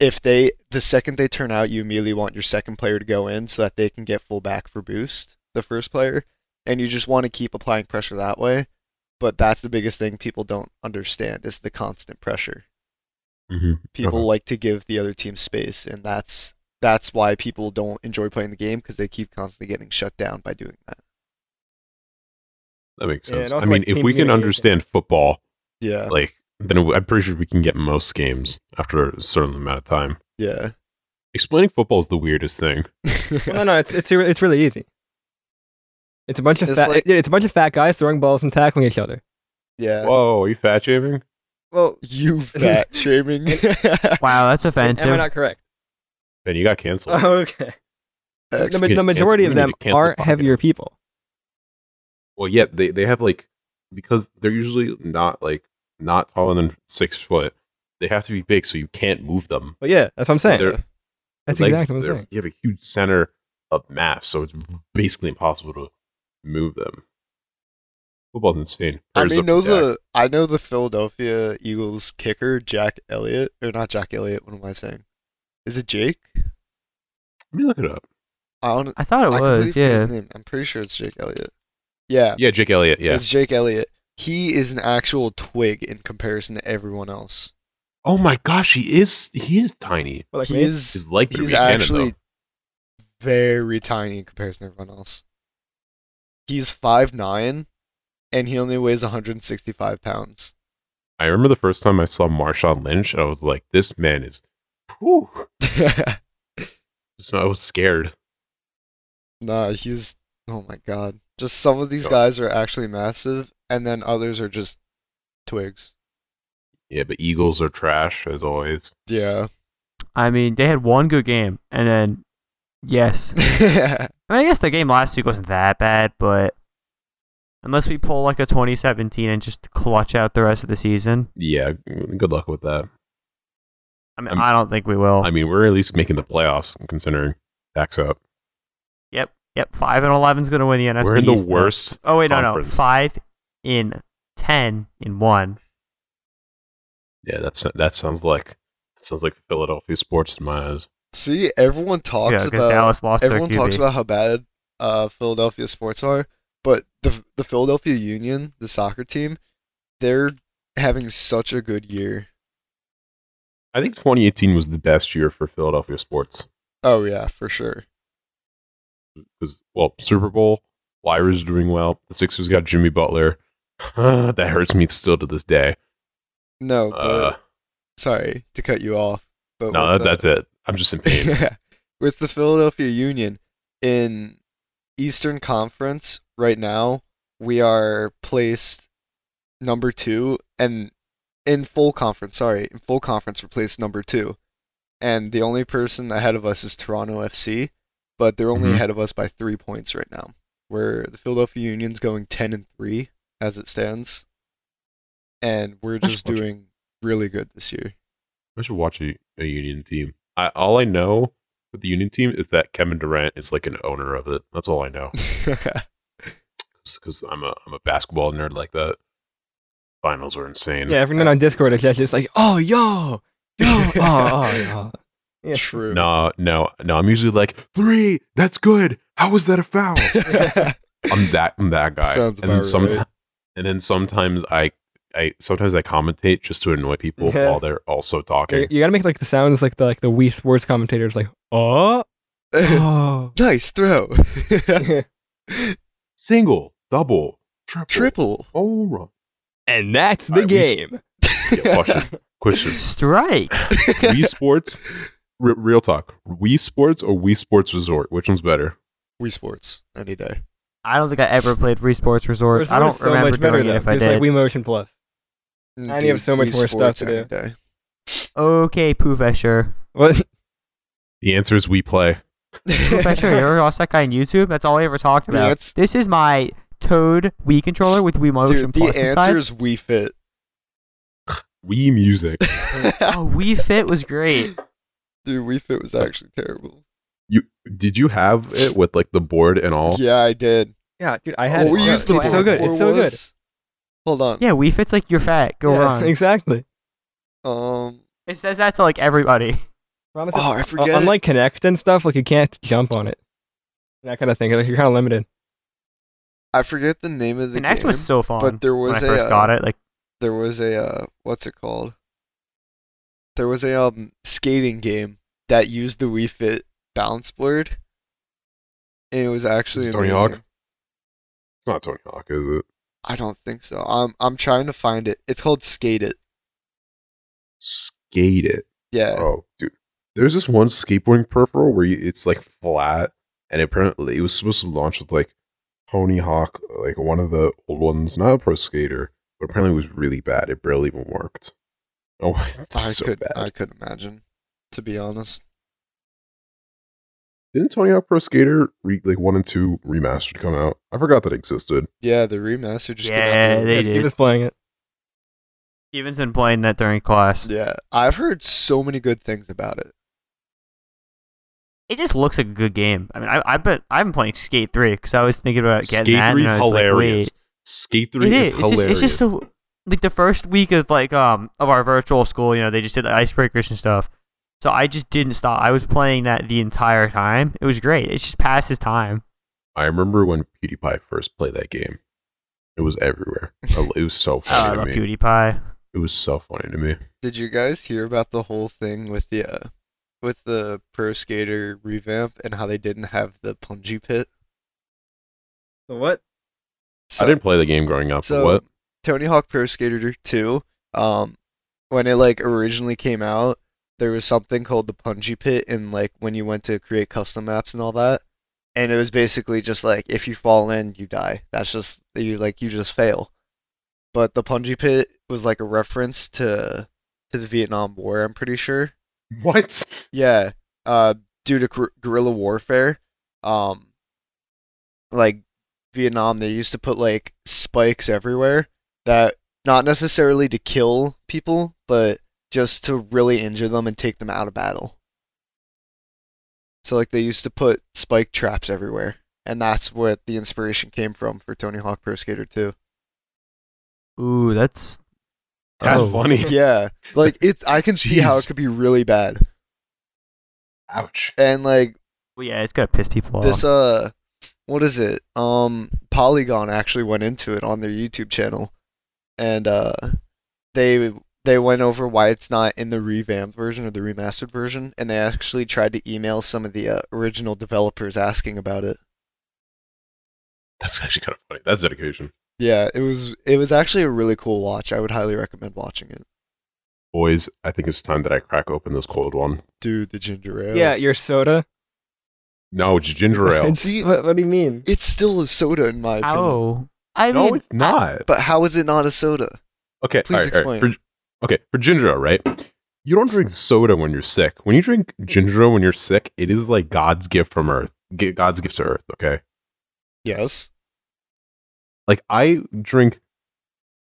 if they the second they turn out, you immediately want your second player to go in so that they can get full back for boost, the first player, and you just want to keep applying pressure that way. But that's the biggest thing people don't understand is the constant pressure
hmm
people
Okay.
like to give the other team space and that's that's why people don't enjoy playing the game because they keep constantly getting shut down by doing that
That makes
Yeah, and
sense. I
also,
mean,
like,
if
team
we can
communication.
understand football,
yeah
like then I'm pretty sure we can get most games after a certain amount of time.
yeah
Explaining football is the weirdest thing.
Well, no, no. It's it's it's really easy. It's a bunch of
It's
fat.
like-
yeah, it's a bunch of fat guys throwing balls and tackling each other. Uh,
yeah
Whoa, are you fat shaming?
Well,
you fat shaming
wow, that's offensive.
am I not correct?
And you got canceled.
Oh, okay. The, ma-
Excuse-
the majority
cancel-
of
we
them
need to cancel
are
the podcast.
heavier people.
Well, yeah, they they have like because they're usually not like not taller than six foot. They have to be big, so you can't move them.
But yeah, that's what I'm saying.
They're-
That's
legs,
exactly what I'm
they're-
saying.
You have a huge center of mass, so it's basically impossible to move them. Football's insane.
I
Prayers
mean,
up
know
to Dak.
the I know the Philadelphia Eagles kicker Jack Elliott or not Jack Elliott. What am I saying? Is it Jake?
Let me look it up.
I don't.
I thought it
I completely
was,
forget
yeah.
His name. I'm pretty sure it's Jake Elliott. Yeah,
Yeah, Jake Elliott. Yeah.
it's Jake Elliott. He is an actual twig in comparison to everyone else.
Oh my gosh, he is he is tiny.
But like
he
me,
is
He's like the
he's
Buchanan,
actually
though.
very tiny in comparison to everyone else. He's five nine, and he only weighs 165 pounds.
I remember the first time I saw Marshawn Lynch, I was like, this man is. Whew. Just- I was scared.
Nah, he's oh my god. Just some of these
Yeah.
guys are actually massive, and then others are just twigs.
Yeah, but Eagles are trash as always.
Yeah.
I mean, they had one good game, and then yes, I mean, I guess the game last week wasn't that bad, but unless we pull like a 2017 and just clutch out the rest of the season,
Yeah, good luck with that.
I mean,
I'm-
I don't think we will.
I mean, we're at least making the playoffs considering Dak's out.
yep, yep. Five and eleven's gonna win the NFC.
we're in the
East now.
worst.
Oh wait, no, no.
conference.
Five in ten in one.
Yeah, that's that sounds like that sounds like Philadelphia sports in my eyes.
See, everyone talks
yeah, because
about
Dallas lost their
everyone
QB.
talks about how bad uh, Philadelphia sports are, but the the Philadelphia Union, the soccer team, they're having such a good year.
I think 2018 was the best year for Philadelphia sports
Oh yeah, for sure.
because well, Super Bowl, Flyers doing well, the Sixers got Jimmy Butler. that hurts me still to this day.
No, but
Uh,
sorry to cut you off, but
no,
with
that,
the-
that's it. I'm just in pain.
with the Philadelphia Union in Eastern Conference right now, we are placed number two, and in full conference, sorry, in full conference, we're placed number two, and the only person ahead of us is Toronto FC, but they're only
Mhm.
ahead of us by three points right now. Where the Philadelphia Union's going ten and three as it stands, and we're
That's
just
much.
doing really good this year.
I should watch a, a Union team. I, all I know with the Union team is that Kevin Durant is like an owner of it. That's all I know because I'm a I'm a basketball nerd like that. Finals are insane.
yeah, everyone on Discord is just like, oh yo, yo, oh, oh, yo. Yeah.
True.
No, no, no. I'm usually like three. That's good. How was that a foul? I'm that I'm that guy.
Sounds
and then
about
sometimes,
right.
and then sometimes I I sometimes I commentate just to annoy people
Yeah.
while they're also
You,
talking.
you gotta make like the sounds like the like the Wii Sports commentators like, oh, oh.
nice throw.
Single, double, triple,
Triple.
home run.
and that's
All
the
right, we s-
game.
Yeah, question, question.
Strike.
Wii Sports, re- real talk. Wii Sports or Wii Sports Resort? Which one's better?
Wii Sports any day.
I don't think I ever played Wii Sports Resort.
Resort
I don't
is so
remember
much better
doing
though.
it if I
it's
did.
like Wii Motion Plus.
Mm,
And you have
dude,
so much
Wii
more stuff
Sports
to
any
do.
day.
okay, Poofesher.
What?
The answer is we play.
Poofesher, you ever watched that guy on YouTube? That's all I ever talked
The
about.
ans-
This is my Toad Wii controller with Wii Motion
Dude, the
Plus inside.
answer is Wii Fit.
Wii music.
Oh, Wii Fit was great.
Dude, Wii Fit was actually terrible.
You did you have it with like the board and all?
Yeah, I did.
Yeah, dude, I had
oh,
it.
we
Yeah,
used the
it's so
board
good.
before
It's so good.
was- Hold on.
Yeah, Wii Fit's like you're fat. Go
Yeah,
wrong.
Exactly.
Um.
It says that to like everybody.
Promise
Oh, I
Uh,
forget.
unlike Connect and stuff, like you can't jump on it. That kind of thing. Like you're kind of limited.
I forget the name of the
Connect
game.
was so fun.
but there
when
was
I
a,
first
uh,
got it, like
there was a uh, what's it called? There was a um skating game that used the Wii Fit balance board, and it was actually
it Tony
amazing.
Hawk? It's not Tony Hawk, is it?
I don't think so. I'm I'm trying to find it. It's called Skate It.
Skate it.
Yeah.
Oh, dude. There's this one skateboarding peripheral where you, it's like flat, and apparently it was supposed to launch with like Tony Hawk, like one of the old ones, not a pro skater, but apparently it was really bad. It barely even worked. Oh, it's
I
so
could
bad.
I could imagine, to be honest.
Didn't Tony Hawk Pro Skater re- like one and two remastered come out? I forgot that existed.
Yeah, the remaster just came
Yeah,
out. the-
They
Yeah,
did.
Steve is playing it.
Steven's been playing that during class.
Yeah, I've heard so many good things about it.
it just looks like a good game. I mean, I I bet I've been playing Skate Three because I was thinking about getting
Skate
that.
three
and
is
I was like,
hilarious.
wait.
Skate three
it
is,
is. It's
hilarious.
just it's just so like the first week of like um of our virtual school, you know, they just did the icebreakers and stuff. So I just didn't stop. I was playing that the entire time. It was great. It just passes time.
I remember when PewDiePie first played that game. It was everywhere. It was so
Oh, I
funny
love
to me.
PewDiePie.
It was so funny to me.
Did you guys hear about the whole thing with the uh, with the pro skater revamp and how they didn't have the punji pit?
The what?
So,
I didn't play the game growing up.
so
what?
Tony Hawk Pro Skater 2, um, when it like originally came out, there was something called the punji pit, and like when you went to create custom maps and all that, and it was basically just like if you fall in, you die. That's just you like you just fail. But the punji pit was like a reference to to the Vietnam War, I'm pretty sure.
What?
Yeah, uh, due to guer- guerrilla warfare, um, like Vietnam, they used to put like spikes everywhere that not necessarily to kill people, but just to really injure them and take them out of battle. So like they used to put spike traps everywhere, and that's what the inspiration came from for Tony Hawk Pro Skater 2.
Ooh, that's
That's
Oh.
funny.
Yeah, like it's I can see how
Jeez.
it could be really bad,
Ouch.
and like.
well, yeah, it's gonna piss people
this
off.
uh what is it um polygon actually went into it on their youtube channel and uh they they went over why it's not in the revamped version or the remastered version and they actually tried to email some of the uh, original developers asking about it
That's actually kind of funny. That's dedication.
yeah it was it was actually a really cool watch i would highly recommend watching it
Boys, I think it's time that I crack open this cold one.
dude the ginger ale
Yeah, your soda.
No, it's ginger ale.
It's-
See-
what, what do you mean?
it's still a soda in my opinion
Oh, I
no,
mean,
it's not.
but how is it not a soda
Okay,
Please
all right, all right.
explain.
For- okay, for ginger ale, right? You don't drink soda when you're sick. When you drink ginger ale when you're sick, it is like God's gift from Earth. Gi- God's gift to Earth. Okay,
yes
like I drink,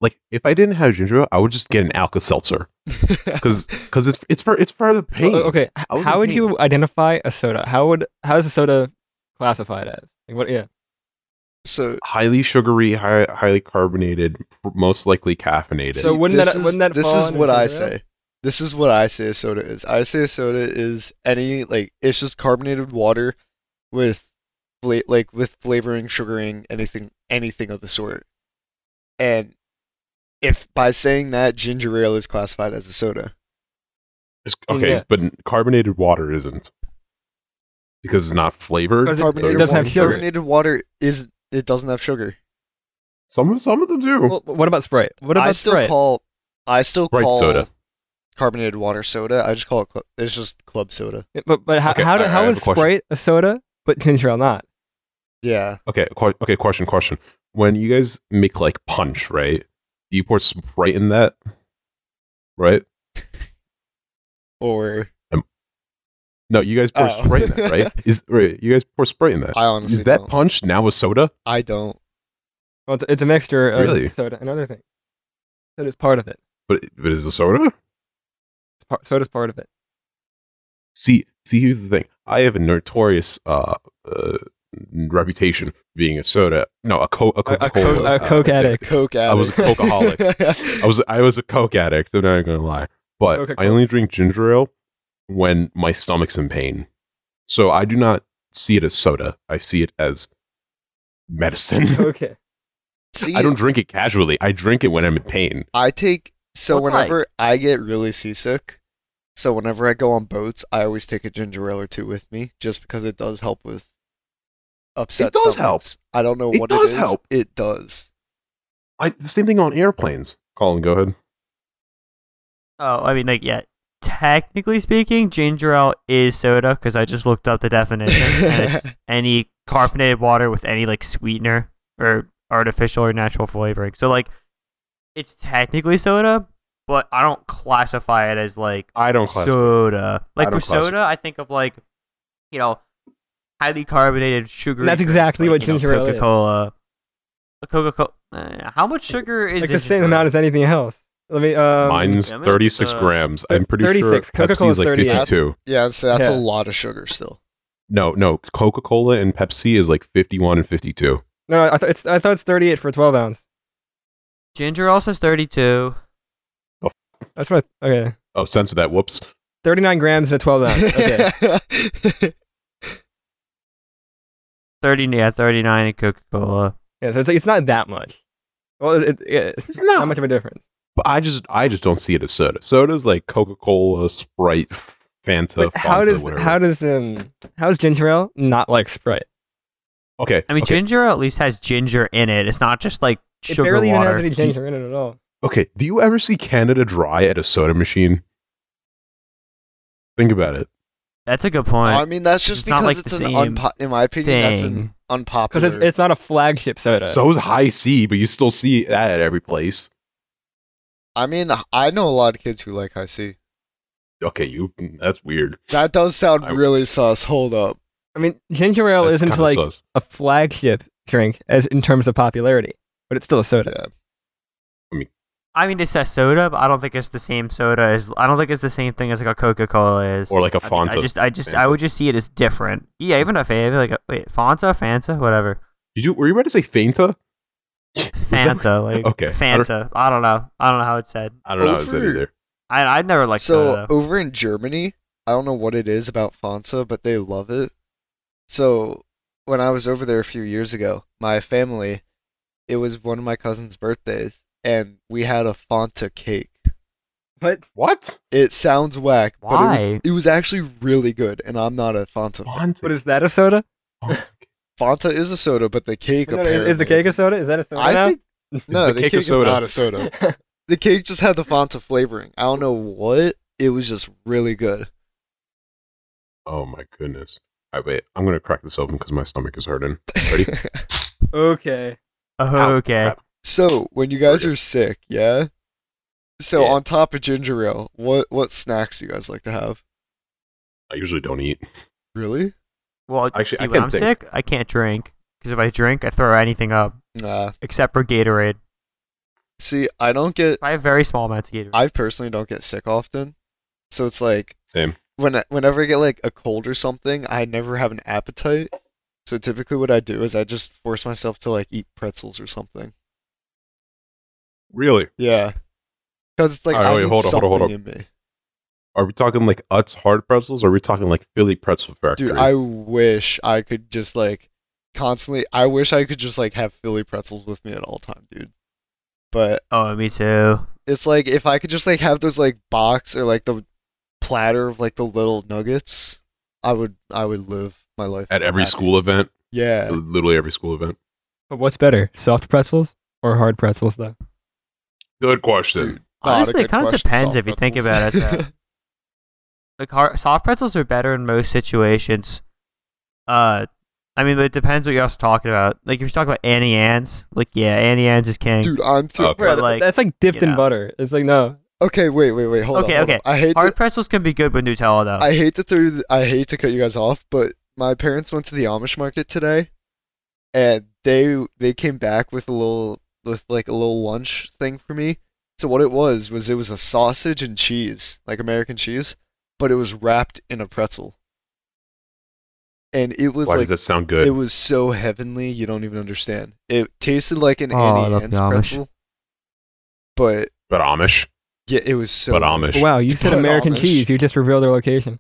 like if I didn't have ginger ale, I would just get an Alka Seltzer because it's it's for it's for the pain.
Well, Oh, okay, h-
I was
how
in
would
pain.
you identify a soda? How would how is a soda classified as? Like what? Yeah,
so
highly sugary, high, highly carbonated, pr- most likely caffeinated.
So
See,
wouldn't
this
that-
is-
wouldn't that
this
fall
is
under
what I
ginger ale?
say. This is what I say a soda is. I say a soda is any like it's just carbonated water with fla- like with flavoring, sugaring, anything anything of the sort. And if by saying that ginger ale is classified as a soda.
It's- okay,
Yeah.
but carbonated water isn't because it's not flavored.
Because it-
so
Carbonated
doesn't have
water,
sugar.
carbonated water is it doesn't have sugar.
some of some of them do.
well, what about Sprite? What about
I still
Sprite?
call I still
Sprite
call
soda.
carbonated water soda. I just call it cl- it's just club soda.
Yeah, but but how
Okay,
how, do,
alright, I
how
have
is
a question.
Sprite a soda but ginger ale not?
Yeah.
Okay, qu- okay. Question, question. When you guys make like punch, right? Do you pour Sprite in that? Right?
Or
No, you guys pour
Oh.
Sprite in that, right? Is right, you guys pour Sprite in that? Is
I honestly
that
don't.
punch now a soda?
I don't.
Well, it's, it's a mixture of
Really?
soda and other things. Soda's part of it.
But but is it soda?
It's par- soda's part of it.
See, see, here's the thing. I have a notorious uh, uh reputation for being a soda. No, a, co- a
A,
Coca
a, co-
Cola.
a
Ah,
Coke addict.
Coke addict.
I was a
cokeaholic.
I was I was a Coke addict. I'm not gonna lie, but I
Coca-Cola.
only drink ginger ale when my stomach's in pain. So I do not see it as soda. I see it as medicine.
okay.
See,
I don't drink it casually. I drink it when I'm in pain.
I take so
Well, it's
whenever I get really seasick, so whenever I go on boats, I always take a ginger ale or two with me, just because it does help with upset.
It does help.
stomachs. I don't know
It
what
does
it is.
help.
It does.
I the same thing on airplanes. Colin, go ahead.
Oh, I mean, like yeah. Technically speaking, ginger ale is soda because I just looked up the definition. and it's any carbonated water with any like sweetener or artificial or natural flavoring. So like, it's technically soda, but I don't classify it as like
I don't. classify-
soda. Like
don't
for
classify-
soda, I think of like, you know, highly carbonated sugar.
That's exactly what ginger ale
Coca
is.
Cola. Coca Cola. Uh, how much sugar is
Like
in
the same
ginger ale?
amount as anything else. Let me. Um,
Mine's
yeah, I mean,
36
uh,
grams.
thir-
I'm pretty
36.
sure
Coca-Cola's
Pepsi's like
38.
That's,
52.
yeah, so that's a
Yeah.
lot of sugar still.
No, no. Coca Cola and Pepsi is like 51 and 52.
No, no I, th- it's, I thought it's 38 for 12 ounce.
Ginger also says 32.
That's what. I, okay,
Oh, censor that. Whoops.
39 grams at 12 ounce. Okay,
Okay.
30, yeah, 39 in Coca Cola.
yeah. So it's like, it's not that much. Well, it, it, yeah, it's not much of a difference.
But I just, I just don't see it as soda. Soda's like Coca Cola, Sprite, Fanta.
But how
Fanta,
does
whatever.
how does um how is ginger ale not like Sprite?
okay?
I mean,
okay,
ginger at least has ginger in it. It's not just like
It
sugar
barely
water.
even has any
Do-
ginger in it at all.
okay. Do you ever see Canada Dry at a soda machine? Think about it.
That's a good point.
I mean, that's just
It's not
because
like
it's
the
an
same
unpo- in my opinion, that's an
thing.
Because
unpopular.
it's it's not a flagship soda.
So is High C, but you still see that at every place.
I mean, I know a lot of kids who like high C.
Okay, you. That's weird.
That does sound
I-
really sus. Hold up.
I mean, ginger ale
That's
isn't
kinda
like
sus.
a flagship drink as in terms of popularity, but it's still a soda.
Yeah.
I mean, it says soda, but I don't think it's the same soda as. I don't think it's the same thing as like a Coca Cola is,
Or like a
I think- I,
Fanta,
just, I just,
Fanta.
I would just see it as different. Yeah, even a fave, like a, wait, Fanta, Fanta, whatever,
Did you? Were you about to say Fanta?
Fanta, like
Okay. I don't-
Fanta. I don't know. I don't know how it's said.
I don't know. how to say it
Over-
either.
I, I never liked
so
uh,
soda.
over in Germany, I don't know what it is about Fanta, but they love it. So when I was over there a few years ago, my family, it was one of my cousin's birthdays, and we had a Fanta cake.
But
What?
It sounds whack, but it was,
Why?
it was actually really good, and I'm not a Fanta. fan.
Fanta.
but is that a soda?
Fanta.
Fanta is a soda, but the cake
No, no, is,
apparently
is the cake a soda? Is that a soda?
I
now?
think no,
the
the,
cake a
cake,
soda?
is not a soda. The cake just had the Fanta flavoring. I don't know what. It was just really good.
Oh my goodness. All right, wait. I'm gonna crack this open because my stomach is hurting. Ready?
okay.
Oh, okay.
crap.
So when you guys
Okay.
are sick, yeah. So
Yeah.
on top of ginger ale, what what snacks do you guys like to have?
I usually don't eat.
Really?
Well,
Actually, I
see, when
can
I'm
think.
sick, I can't drink because if I drink, I throw anything up
Nah.
except for Gatorade.
See, I don't get.
I have very small amounts of Gatorade.
I personally don't get sick often, so it's like
Same.
when I- whenever I get like a cold or something, I never have an appetite. So typically, what I do is I just force myself to like eat pretzels or something.
Really?
Yeah. Because it's like
Alright,
I
wait,
need
hold on, hold
something
on, hold
in me.
Are we talking like Utz hard pretzels? Or are we talking like Philly pretzel factory?
Dude, I wish I could just like constantly. I wish I could just like have Philly pretzels with me at all time, dude. But
oh, me too.
it's like if I could just like have those like box or like the platter of like the little nuggets, I would I would live my life
at every
happy.
school event,
Yeah,
literally every school event.
But what's better, soft pretzels or hard pretzels, though?
Good question.
Dude, not a
Honestly, it
good
kinda
question,
depends
soft
if you think
pretzels.
about it, Like hard, soft pretzels are better in most situations. Uh, I mean, but it depends what you're also talking about. Like if you're talking about Annie Ann's, like yeah, Annie Ann's is king.
dude, I'm th-
Okay.
Bro,
But, like,
that's like dipped
you
in
know.
butter. It's like no.
okay. Wait, wait, wait. Hold
Okay,
on. hold
okay.
on. I hate.
Hard
To,
pretzels can be good with Nutella though.
I hate to throw. th- I hate to cut you guys off, but my parents went to the Amish market today, and they they came back with a little with like a little lunch thing for me. So what it was was it was a sausage and cheese, like American cheese, but it was wrapped in a pretzel. And it was
Why
like
does that sound
it
good?
was so heavenly, you don't even understand. It tasted like an
Oh, I
Annie
love
Ann's
the Amish.
pretzel, but
But Amish.
yeah, it was so
But
good.
Amish.
Wow, you said
But
American
Amish.
cheese. You just revealed their location.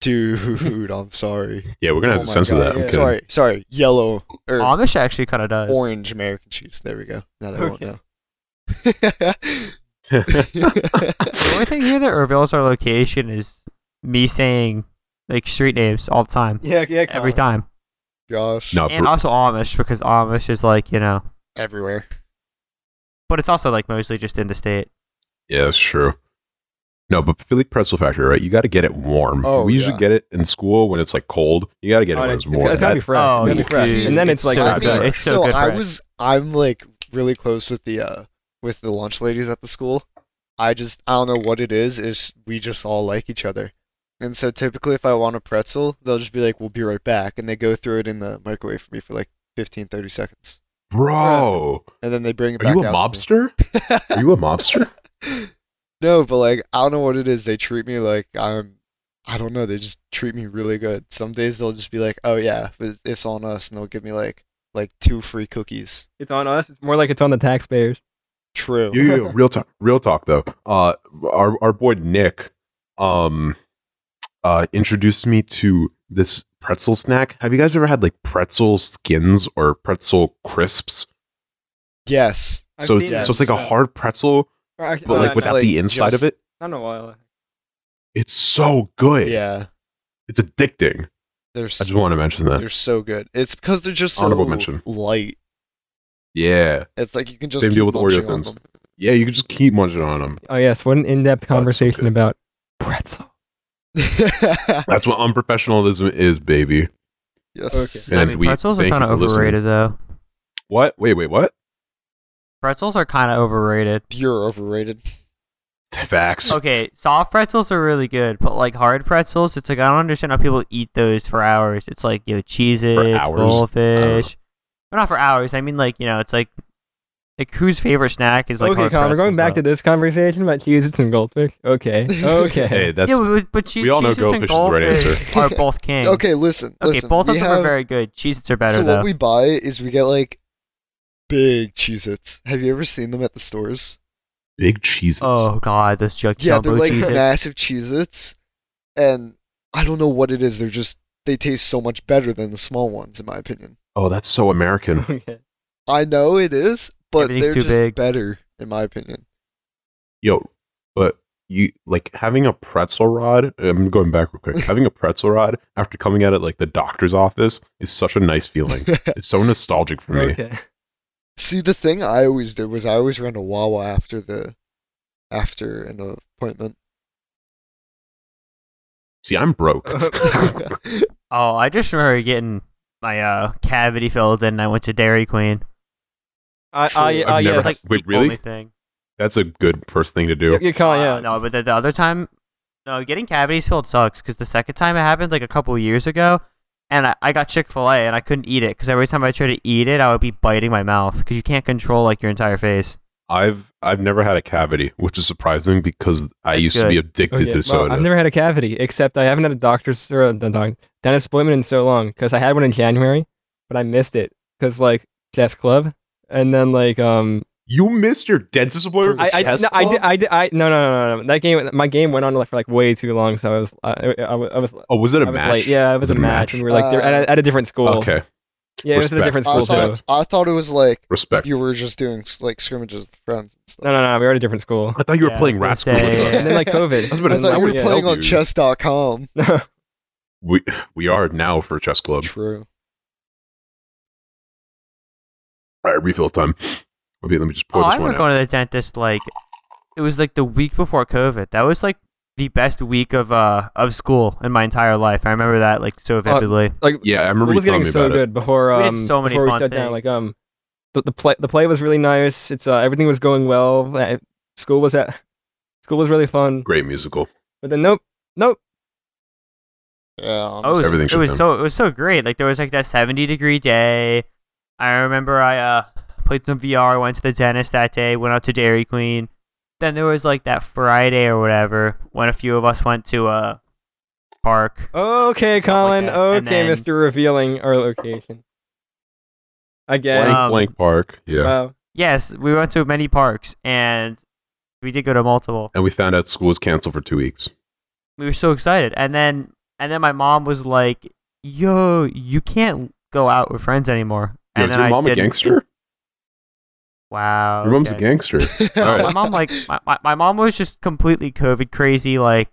Dude, I'm sorry.
Yeah, we're gonna have
Oh
to
my
censor
God,
that. I'm
yeah.
kidding.
Sorry, sorry. Yellow or
Amish actually kind of does.
orange American cheese. There we go. Now they won't
Okay.
know.
The only thing here that reveals our location is me saying like street names all the time,
Yeah, yeah. Oh,
every time,
Gosh.
No,
and
br-
also Amish because Amish is like you know,
Everywhere.
but it's also like mostly just in the state.
yeah, that's true. No, but Philly Pretzel Factory, right? You got to get it warm.
Oh,
we usually
yeah.
get it in school when it's like cold. You got to get it
Oh,
when
and
it's,
it's,
warm.
it's gotta be
That-
Oh,
fresh. it's gotta be
dude.
fresh. And then it's like
So
it's
good.
better.
It's so good
I
fresh.
was I'm like really close with the uh with the lunch ladies at the school. I just I don't know what it is, is we just all like each other. And so typically if I want a pretzel, they'll just be like, We'll be right back and they go through it in the microwave for me for like 15, 30 seconds.
Bro,
And then they bring it
are
back
you a
out. to me.
mobster? Are you a mobster?
no, but like I don't know what it is. They treat me like I'm I don't know. They just treat me really good. Some days they'll just be like, "Oh yeah, it- it's on us," and they'll give me like like two free cookies.
It's on us. It's more like it's on the taxpayers.
True.
Yo, yo, yo, real talk, real talk though. Uh, our our boy Nick, um, uh, introduced me to this pretzel snack. Have you guys ever had like pretzel skins or pretzel crisps?
Yes.
I've
so
seen
it's
that.
so it's like a
Yeah.
hard pretzel,
Or actually,
but
no,
like
no,
it's
without
like
the inside
just-
of it.
Not in a while.
It's so good.
Yeah.
it's addicting.
They're
I just want to mention that.
they're so good. It's because they're just so
Honorable mention.
light.
Yeah,
It's like you can just
Same deal
keep
with Oreo
munching on
thins.
them.
yeah. You can just keep munching on them.
Oh yes, what an in-depth conversation
good.
about pretzel.
That's what unprofessionalism is, baby.
yes.
I
And
mean,
we
pretzels are
thank you
kind of
for listening.
overrated, though.
What? Wait, wait, what?
Pretzels are kind of overrated.
You're overrated.
Facts.
Okay, soft pretzels are really good, but like hard pretzels, it's like I don't understand how people eat those for hours. It's like you know, cheese
hours?
it,
I don't know.
goldfish. Well, not for hours. I mean, like you know, it's like like whose favorite snack is like
okay,
hard
Colin, we're
pretzels,
going back
though?
to this conversation about cheez and goldfish. Okay, okay.
Hey, that's
yeah, but, but cheese,
we all know
Cheez-Its and
goldfish is the right
goldfish
answer.
are both king.
Okay, listen.
Okay,
listen,
both
we
of them
have,
are very good. Cheez-Its are better
So
though.
what we buy is we get like big Cheez Its. Have you ever seen them at the stores?
big cheeses.
oh god, those jug
Yeah,
jumbo
they're like
Cheez-Its.
massive Cheez Its and I don't know what it is, they're just they taste so much better than the small ones in my opinion.
oh, that's so American.
Okay.
I know it is, but
Everything's
they're
too
just
big.
better in my opinion.
Yo, but you like having a pretzel rod. I'm going back real quick. having a pretzel rod after coming out at like the doctor's office is such a nice feeling. it's so nostalgic for me.
Okay.
See, the thing I always did was I always ran to Wawa after the after an appointment.
See, I'm broke.
Uh,
Oh, I just remember getting my uh cavity filled in. and I went to Dairy Queen.
I,
True.
I, I,
I've never-
yes.
Like
Wait,
the
really?
Only thing.
that's a good first thing to do.
you, Colin,
Uh,
yeah.
No, but the, the other time, no, getting cavities filled sucks because the second time it happened like a couple years ago, and I, I got Chick Fil A and I couldn't eat it because every time I tried to eat it, I would be biting my mouth because you can't control like your entire face.
I've I've never had a cavity, which is surprising because I
That's
used to be
good.
addicted
Okay, Oh,
to
well,
soda.
I've never had a cavity, except I haven't had a doctor's or a doc- dentist appointment in so long because I had one in January, but I missed it because like chess club, and then like um
you missed your dentist appointment.
The
I I,
chess
no, I did
club?
I did I no no no no no that game my game went on like, for like way too long so I was I, I, I was I was
oh, was it a match?
late yeah it was, a match, and we were like they're at, a,
Uh,
at a different school
Okay,
yeah it was at a
Respect.
different
I
school too
thought, I thought it was like
respect.
you were just doing s- like scrimmages with friends and stuff.
no no no we were at a different school
I thought you were
Yeah, I
playing
was
rats.
gonna say,
and then like COVID
I was about to
I
say,
thought you were
yeah.
playing
Hell,
on
dude.
chess.com.
We we are now for chess club.
True.
All right, refill time. Let me, let me just pour
oh, I
this one
remember
out.
going to the dentist like it was like the week before COVID. That was like the best week of uh of school in my entire life. I remember that like so vividly.
like
yeah, I
It
remember you
was
telling
getting
me
so
about
good before
We did
um
so many
before
fun
we shut down.
things.
Like um, the, the play the play was really nice. It's uh, everything was going well. Uh, school was at school was really fun.
it. Great musical.
But then nope, nope.
Yeah. honestly.
Oh, it was,
Everything
it
shut
was
down.
so it was so great. Like there was like that seventy degree day. I remember I uh played some VR, went to the dentist that day, went out to Dairy Queen. Then there was like that Friday or whatever when a few of us went to uh park.
Okay,
Stuff like
Colin.
that. And
okay,
then-
Mister Revealing our location again.
Blank
Um,
blank park. Yeah,
Wow.
Yes, we went to many parks and we did go to multiple.
and we found out school was canceled for two weeks.
we were so excited and then and then my mom was like yo you can't go out with friends anymore
Yo,
and
is
then
your
I
mom a
didn't-
gangster?
wow
Your mom's a
okay.
gangster.
my mom like my, my, my mom was just completely covid crazy like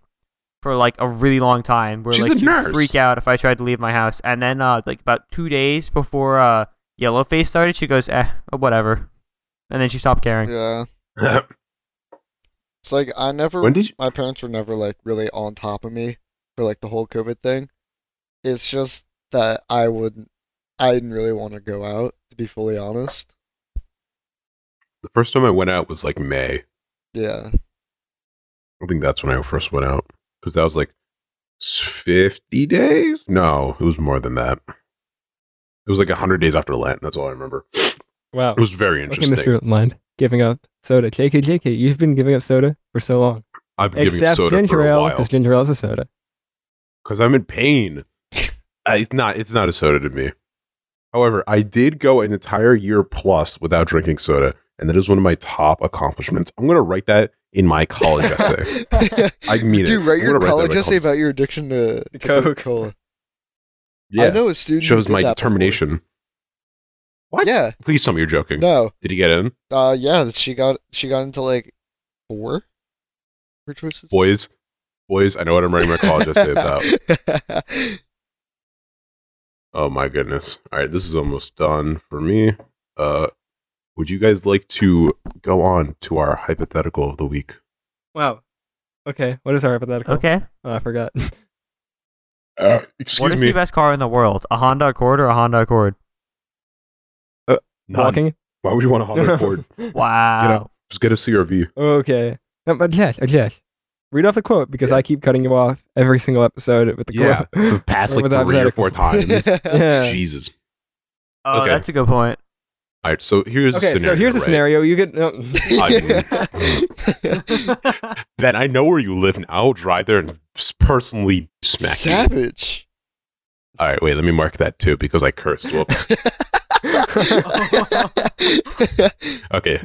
for like a really long time where
She's
like
a
she'd
nurse.
freak out if i tried to leave my house and then uh like about two days before uh yellow face started she goes eh whatever and then she stopped caring
Yeah. It's like I never
when did you?
my parents were never like really on top of me for like the whole COVID thing. It's just that I wouldn't I didn't really want to go out, to be fully honest.
The first time I went out was like May.
Yeah.
I think that's when I first went out because that was like s- 50 days. No, it was more than that. It was like 100 days after Lent. That's all I remember. It
Wow.
was very
Okay,
interesting.
Mister Land giving up soda. JK, JK, you've been giving up soda for so long.
I've been giving
Except
soda
ginger
for a
ale,
while.
because ginger ale is a soda.
because I'm in pain. Uh, it's not. It's not a soda to me. However, I did go an entire year plus without drinking soda, and that is one of my top accomplishments. I'm gonna write that in my college essay. I mean
Dude,
it.
write
I'm
your
gonna that in
college
my
essay about your addiction to, to
Coke.
Coca-Cola.
Yeah,
I know a student who
shows
did
my
that before.
determination. What?
Yeah.
Please tell me you're joking.
No,
Did he get in?
uh, yeah, she got she got into like four her choices.
Boys, boys, I know what I'm writing my college essay about. Oh my goodness. All right, this is almost done for me. Uh would you guys like to go on to our hypothetical of the week?
Wow. Okay, what is our hypothetical?
Okay.
Oh, I forgot.
Uh,
what is
excuse me.
the best car in the world? A Honda Accord or a Honda Accord?
None.
Walking.
Why would you want to hop on board?
Wow.
Just get a CRV.
Okay. Um, but Jack, uh, Jack, read off the quote because I keep cutting you off every single episode with the
Yeah,
quote.
it's the past like
With that
three or
hypothetical.
four times.
yeah.
Jesus.
Oh,
Okay.
that's a good point.
All right, so here's a
Okay,
scenario.
so here's a
right?
scenario. You get no,
hmm. Ben, I know where you live, and I'll drive there and s- personally smack you.
Savage.
All right, wait, let me mark that too because I cursed. Whoops. Okay.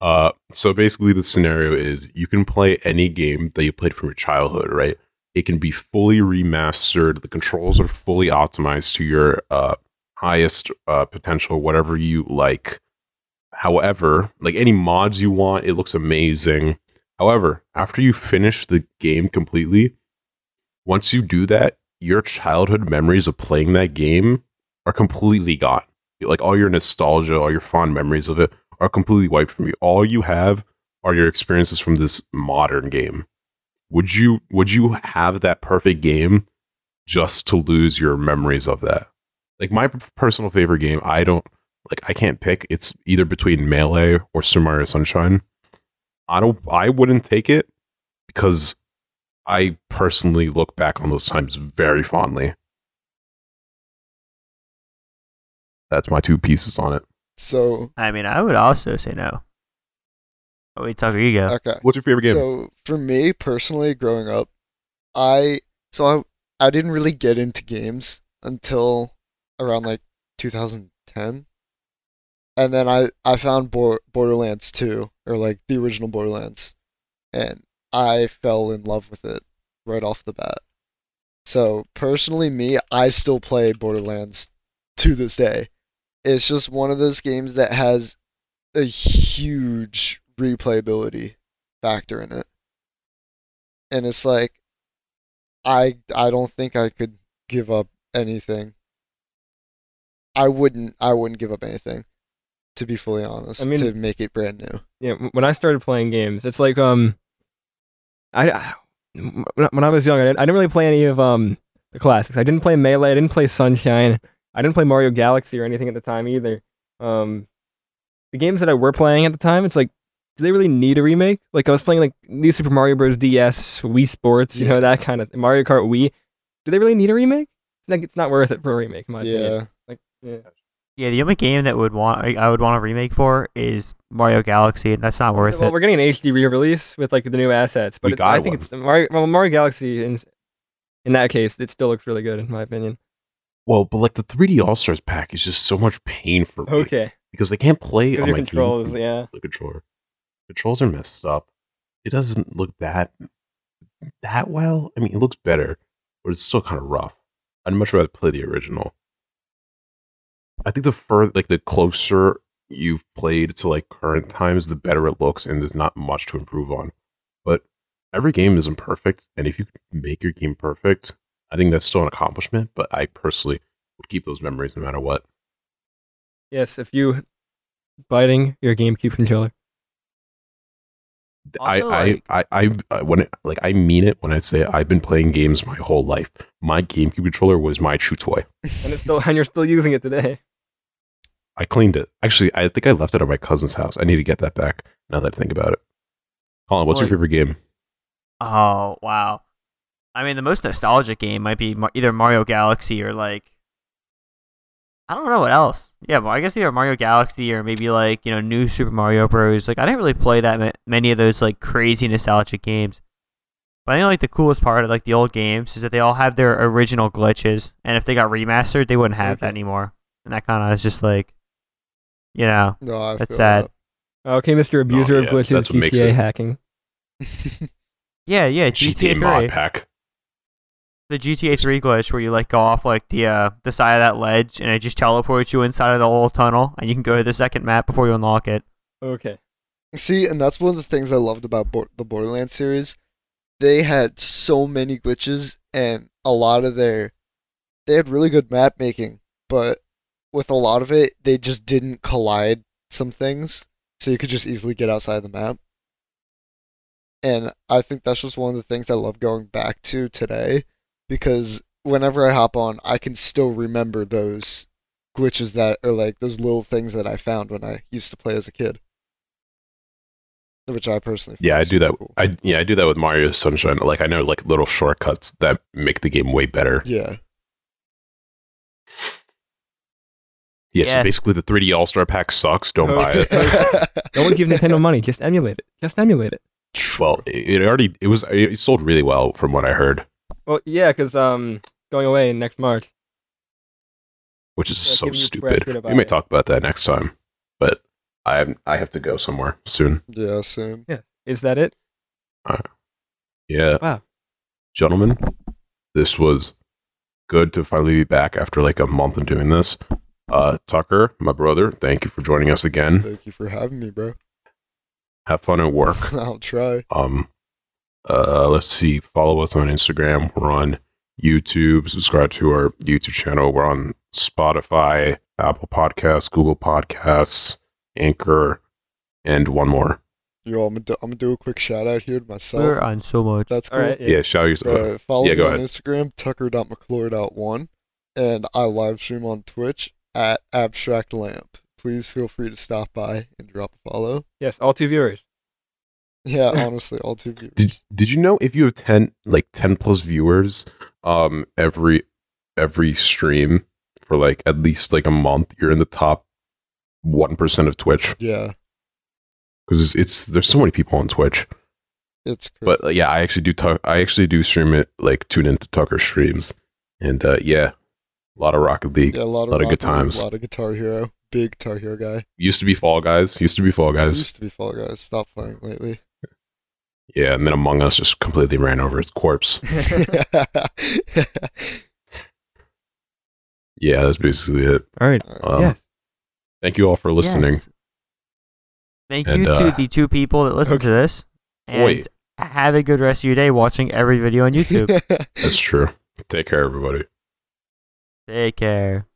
Uh, so basically, the scenario is you can play any game that you played from your childhood, right? It can be fully remastered. The controls are fully optimized to your uh, highest uh, potential, whatever you like. However, like any mods you want, it looks amazing. However, after you finish the game completely, once you do that, your childhood memories of playing that game are completely gone. Like all your nostalgia, all your fond memories of it are completely wiped from you. All you have are your experiences from this modern game. Would you would you have that perfect game just to lose your memories of that? Like my p- personal favorite game, I don't like I can't pick. It's either between Melee or Super Mario Sunshine. I don't I wouldn't take it because I personally look back on those times very fondly. That's my two pieces on it.
so
I mean, I would also say no. Oh, wait, Tucker, you go.
okay.
What's your favorite game?
So for me personally, growing up, I so I I didn't really get into games until around like 2010, and then I I found Bor- Borderlands 2 or like the original Borderlands, and I fell in love with it right off the bat. So personally, me I still play Borderlands to this day. It's just one of those games that has a huge replayability factor in it. And it's like I I don't think I could give up anything. I wouldn't I wouldn't give up anything to be fully honest
I mean-
to make it brand new.
yeah. When I started playing games, it's like um, I I- when I- when I was young, I didn't, I didn't really play any of um the classics. I didn't play Melee. I didn't play Sunshine. I didn't play Mario Galaxy or anything at the time either. Um, the games that I were playing at the time, it's like, do they really need a remake? Like I was playing like New Super Mario Bros. DS, Wii Sports, you
Yeah.
know that kind of Mario Kart Wii. Do they really need a remake? It's like it's not worth it for a remake, in my opinion.
Yeah.
Like, yeah.
Yeah, the only game that would want I I would want a remake for is Mario Galaxy, and that's not worth
well,
it.
we're getting an HD re-release with like the new assets, but
We
it's, I
got
think
one.
it's Mario, well, Mario Galaxy. In, in that case, it still looks really good in my opinion.
Well, but like the 3D All Stars pack is just so much pain for me
Okay,
because I can't play
because
on
your
my
controls,
Game.
yeah.
The controller, controls are messed up. It doesn't look that that well. I mean, it looks better, but it's still kind of rough. I'd much rather play the original. I think the further, like the closer you've played to like current times, the better it looks, and there's not much to improve on. But every game isn't perfect, and if you can make your game perfect, I think that's still an accomplishment. But I personally would keep those memories no matter what.
Yes, if you biting your GameCube controller.
I,
Also,
I,
like-
I, I, I, when it, like I mean it when I say I've been playing games my whole life. My GameCube controller was my chew toy.
And it's still and you're still using it today.
I cleaned it. Actually, I think I left it at my cousin's house. I need to get that back now that I think about it. Colin, what's your
Well,
favorite game?
Oh wow! I mean, the most nostalgic game might be Mar- either Mario Galaxy or like I don't know what else. Yeah, well, I guess either Mario Galaxy or maybe like you know New Super Mario Bros. Like I didn't really play that ma- many of those like crazy nostalgic games, but But I think like the coolest part of like the old games is that they all have their original glitches, and if they got remastered, they wouldn't have that
Okay.
anymore. And that kind of is just like, you know,
No, I
That's
feel
sad.
Okay, Mr. Abuser
Oh, yeah,
of Glitches,
that's what makes
GTA
it-
hacking.
that.
yeah, yeah,
GTA,
GTA,
mod
Three,
pack.
the GTA Three glitch where you like go off like the uh, the side of that ledge, and it just teleports you inside of the whole tunnel, and you can go to the second map before you unlock it.
Okay.
See, and that's one of the things I loved about Bo- the Borderlands series. They had so many glitches, and a lot of their. They had really good map making, but with a lot of it, they just didn't collide some things, so you could just easily get outside the map. And I think that's just one of the things I love going back to today, because whenever I hop on, I can still remember those glitches that are like those little things that I found when I used to play as a kid. Which I personally
Yeah,
find
I do
super
that.
cool.
I yeah, I do that with Mario Sunshine. Like I know like little shortcuts that make the game way better.
Yeah.
Yeah,
Yeah. Oh.
so basically the 3D All Star Pack sucks. Don't buy it.
Don't give Nintendo money. Just emulate it. Just emulate it.
Well, it it already it was it sold really well from what I heard,
Well, yeah, because um, going away next March.
which is
Yeah,
so
give you press
stupid.
shit about
We may
it.
talk about that next time, but I I have to go somewhere soon.
yeah, same.
Is that it?
Yeah.
Wow.
Gentlemen, this was good to finally be back after like a month of doing this. Uh, Tucker, my brother, thank you for joining us again.
Thank you for having me, bro.
Have fun at work.
I'll try.
Um, uh, let's see. Follow us on Instagram. We're on YouTube. Subscribe to our YouTube channel. We're on Spotify, Apple Podcasts, Google Podcasts, Anchor, and one more.
Yo, I'm gonna do, I'm gonna do a quick shout out here to myself.
We're on so much.
That's
All
cool.
right.
Yeah, shout yourself.
Uh, follow
yeah,
me
go
on
ahead.
Instagram, tucker.mcclure.1, and I live stream on Twitch at Abstract Lamp. Please feel free to stop by and drop a follow.
Yes, all two viewers.
Yeah, honestly, all two viewers.
Did Did you know if you have ten like ten plus viewers, um, every every stream for like at least like a month, you're in the top one percent of Twitch
yeah,
because it's, it's there's so many people on Twitch.
it's crazy.
but uh, yeah, I actually do tuck. I actually do stream it. Like tune into Tucker streams, and uh, yeah, a lot of Rocket League.
yeah, a lot of,
lot of good
Rocket League,
times.
A lot of Guitar Hero. Big Guitar Hero guy.
Used to be Fall Guys. Used to be Fall Guys.
Used to be Fall Guys. Stopped playing lately.
Yeah, and then Among Us just completely ran over its corpse. Yeah, that's basically it.
All right.
Um,
yes.
Thank you all for listening.
Yes. Thank
And,
you to
uh,
the two people that listened to this. And
Wait.
have a good rest of your day watching every video on YouTube.
That's true. Take care, everybody.
Take care.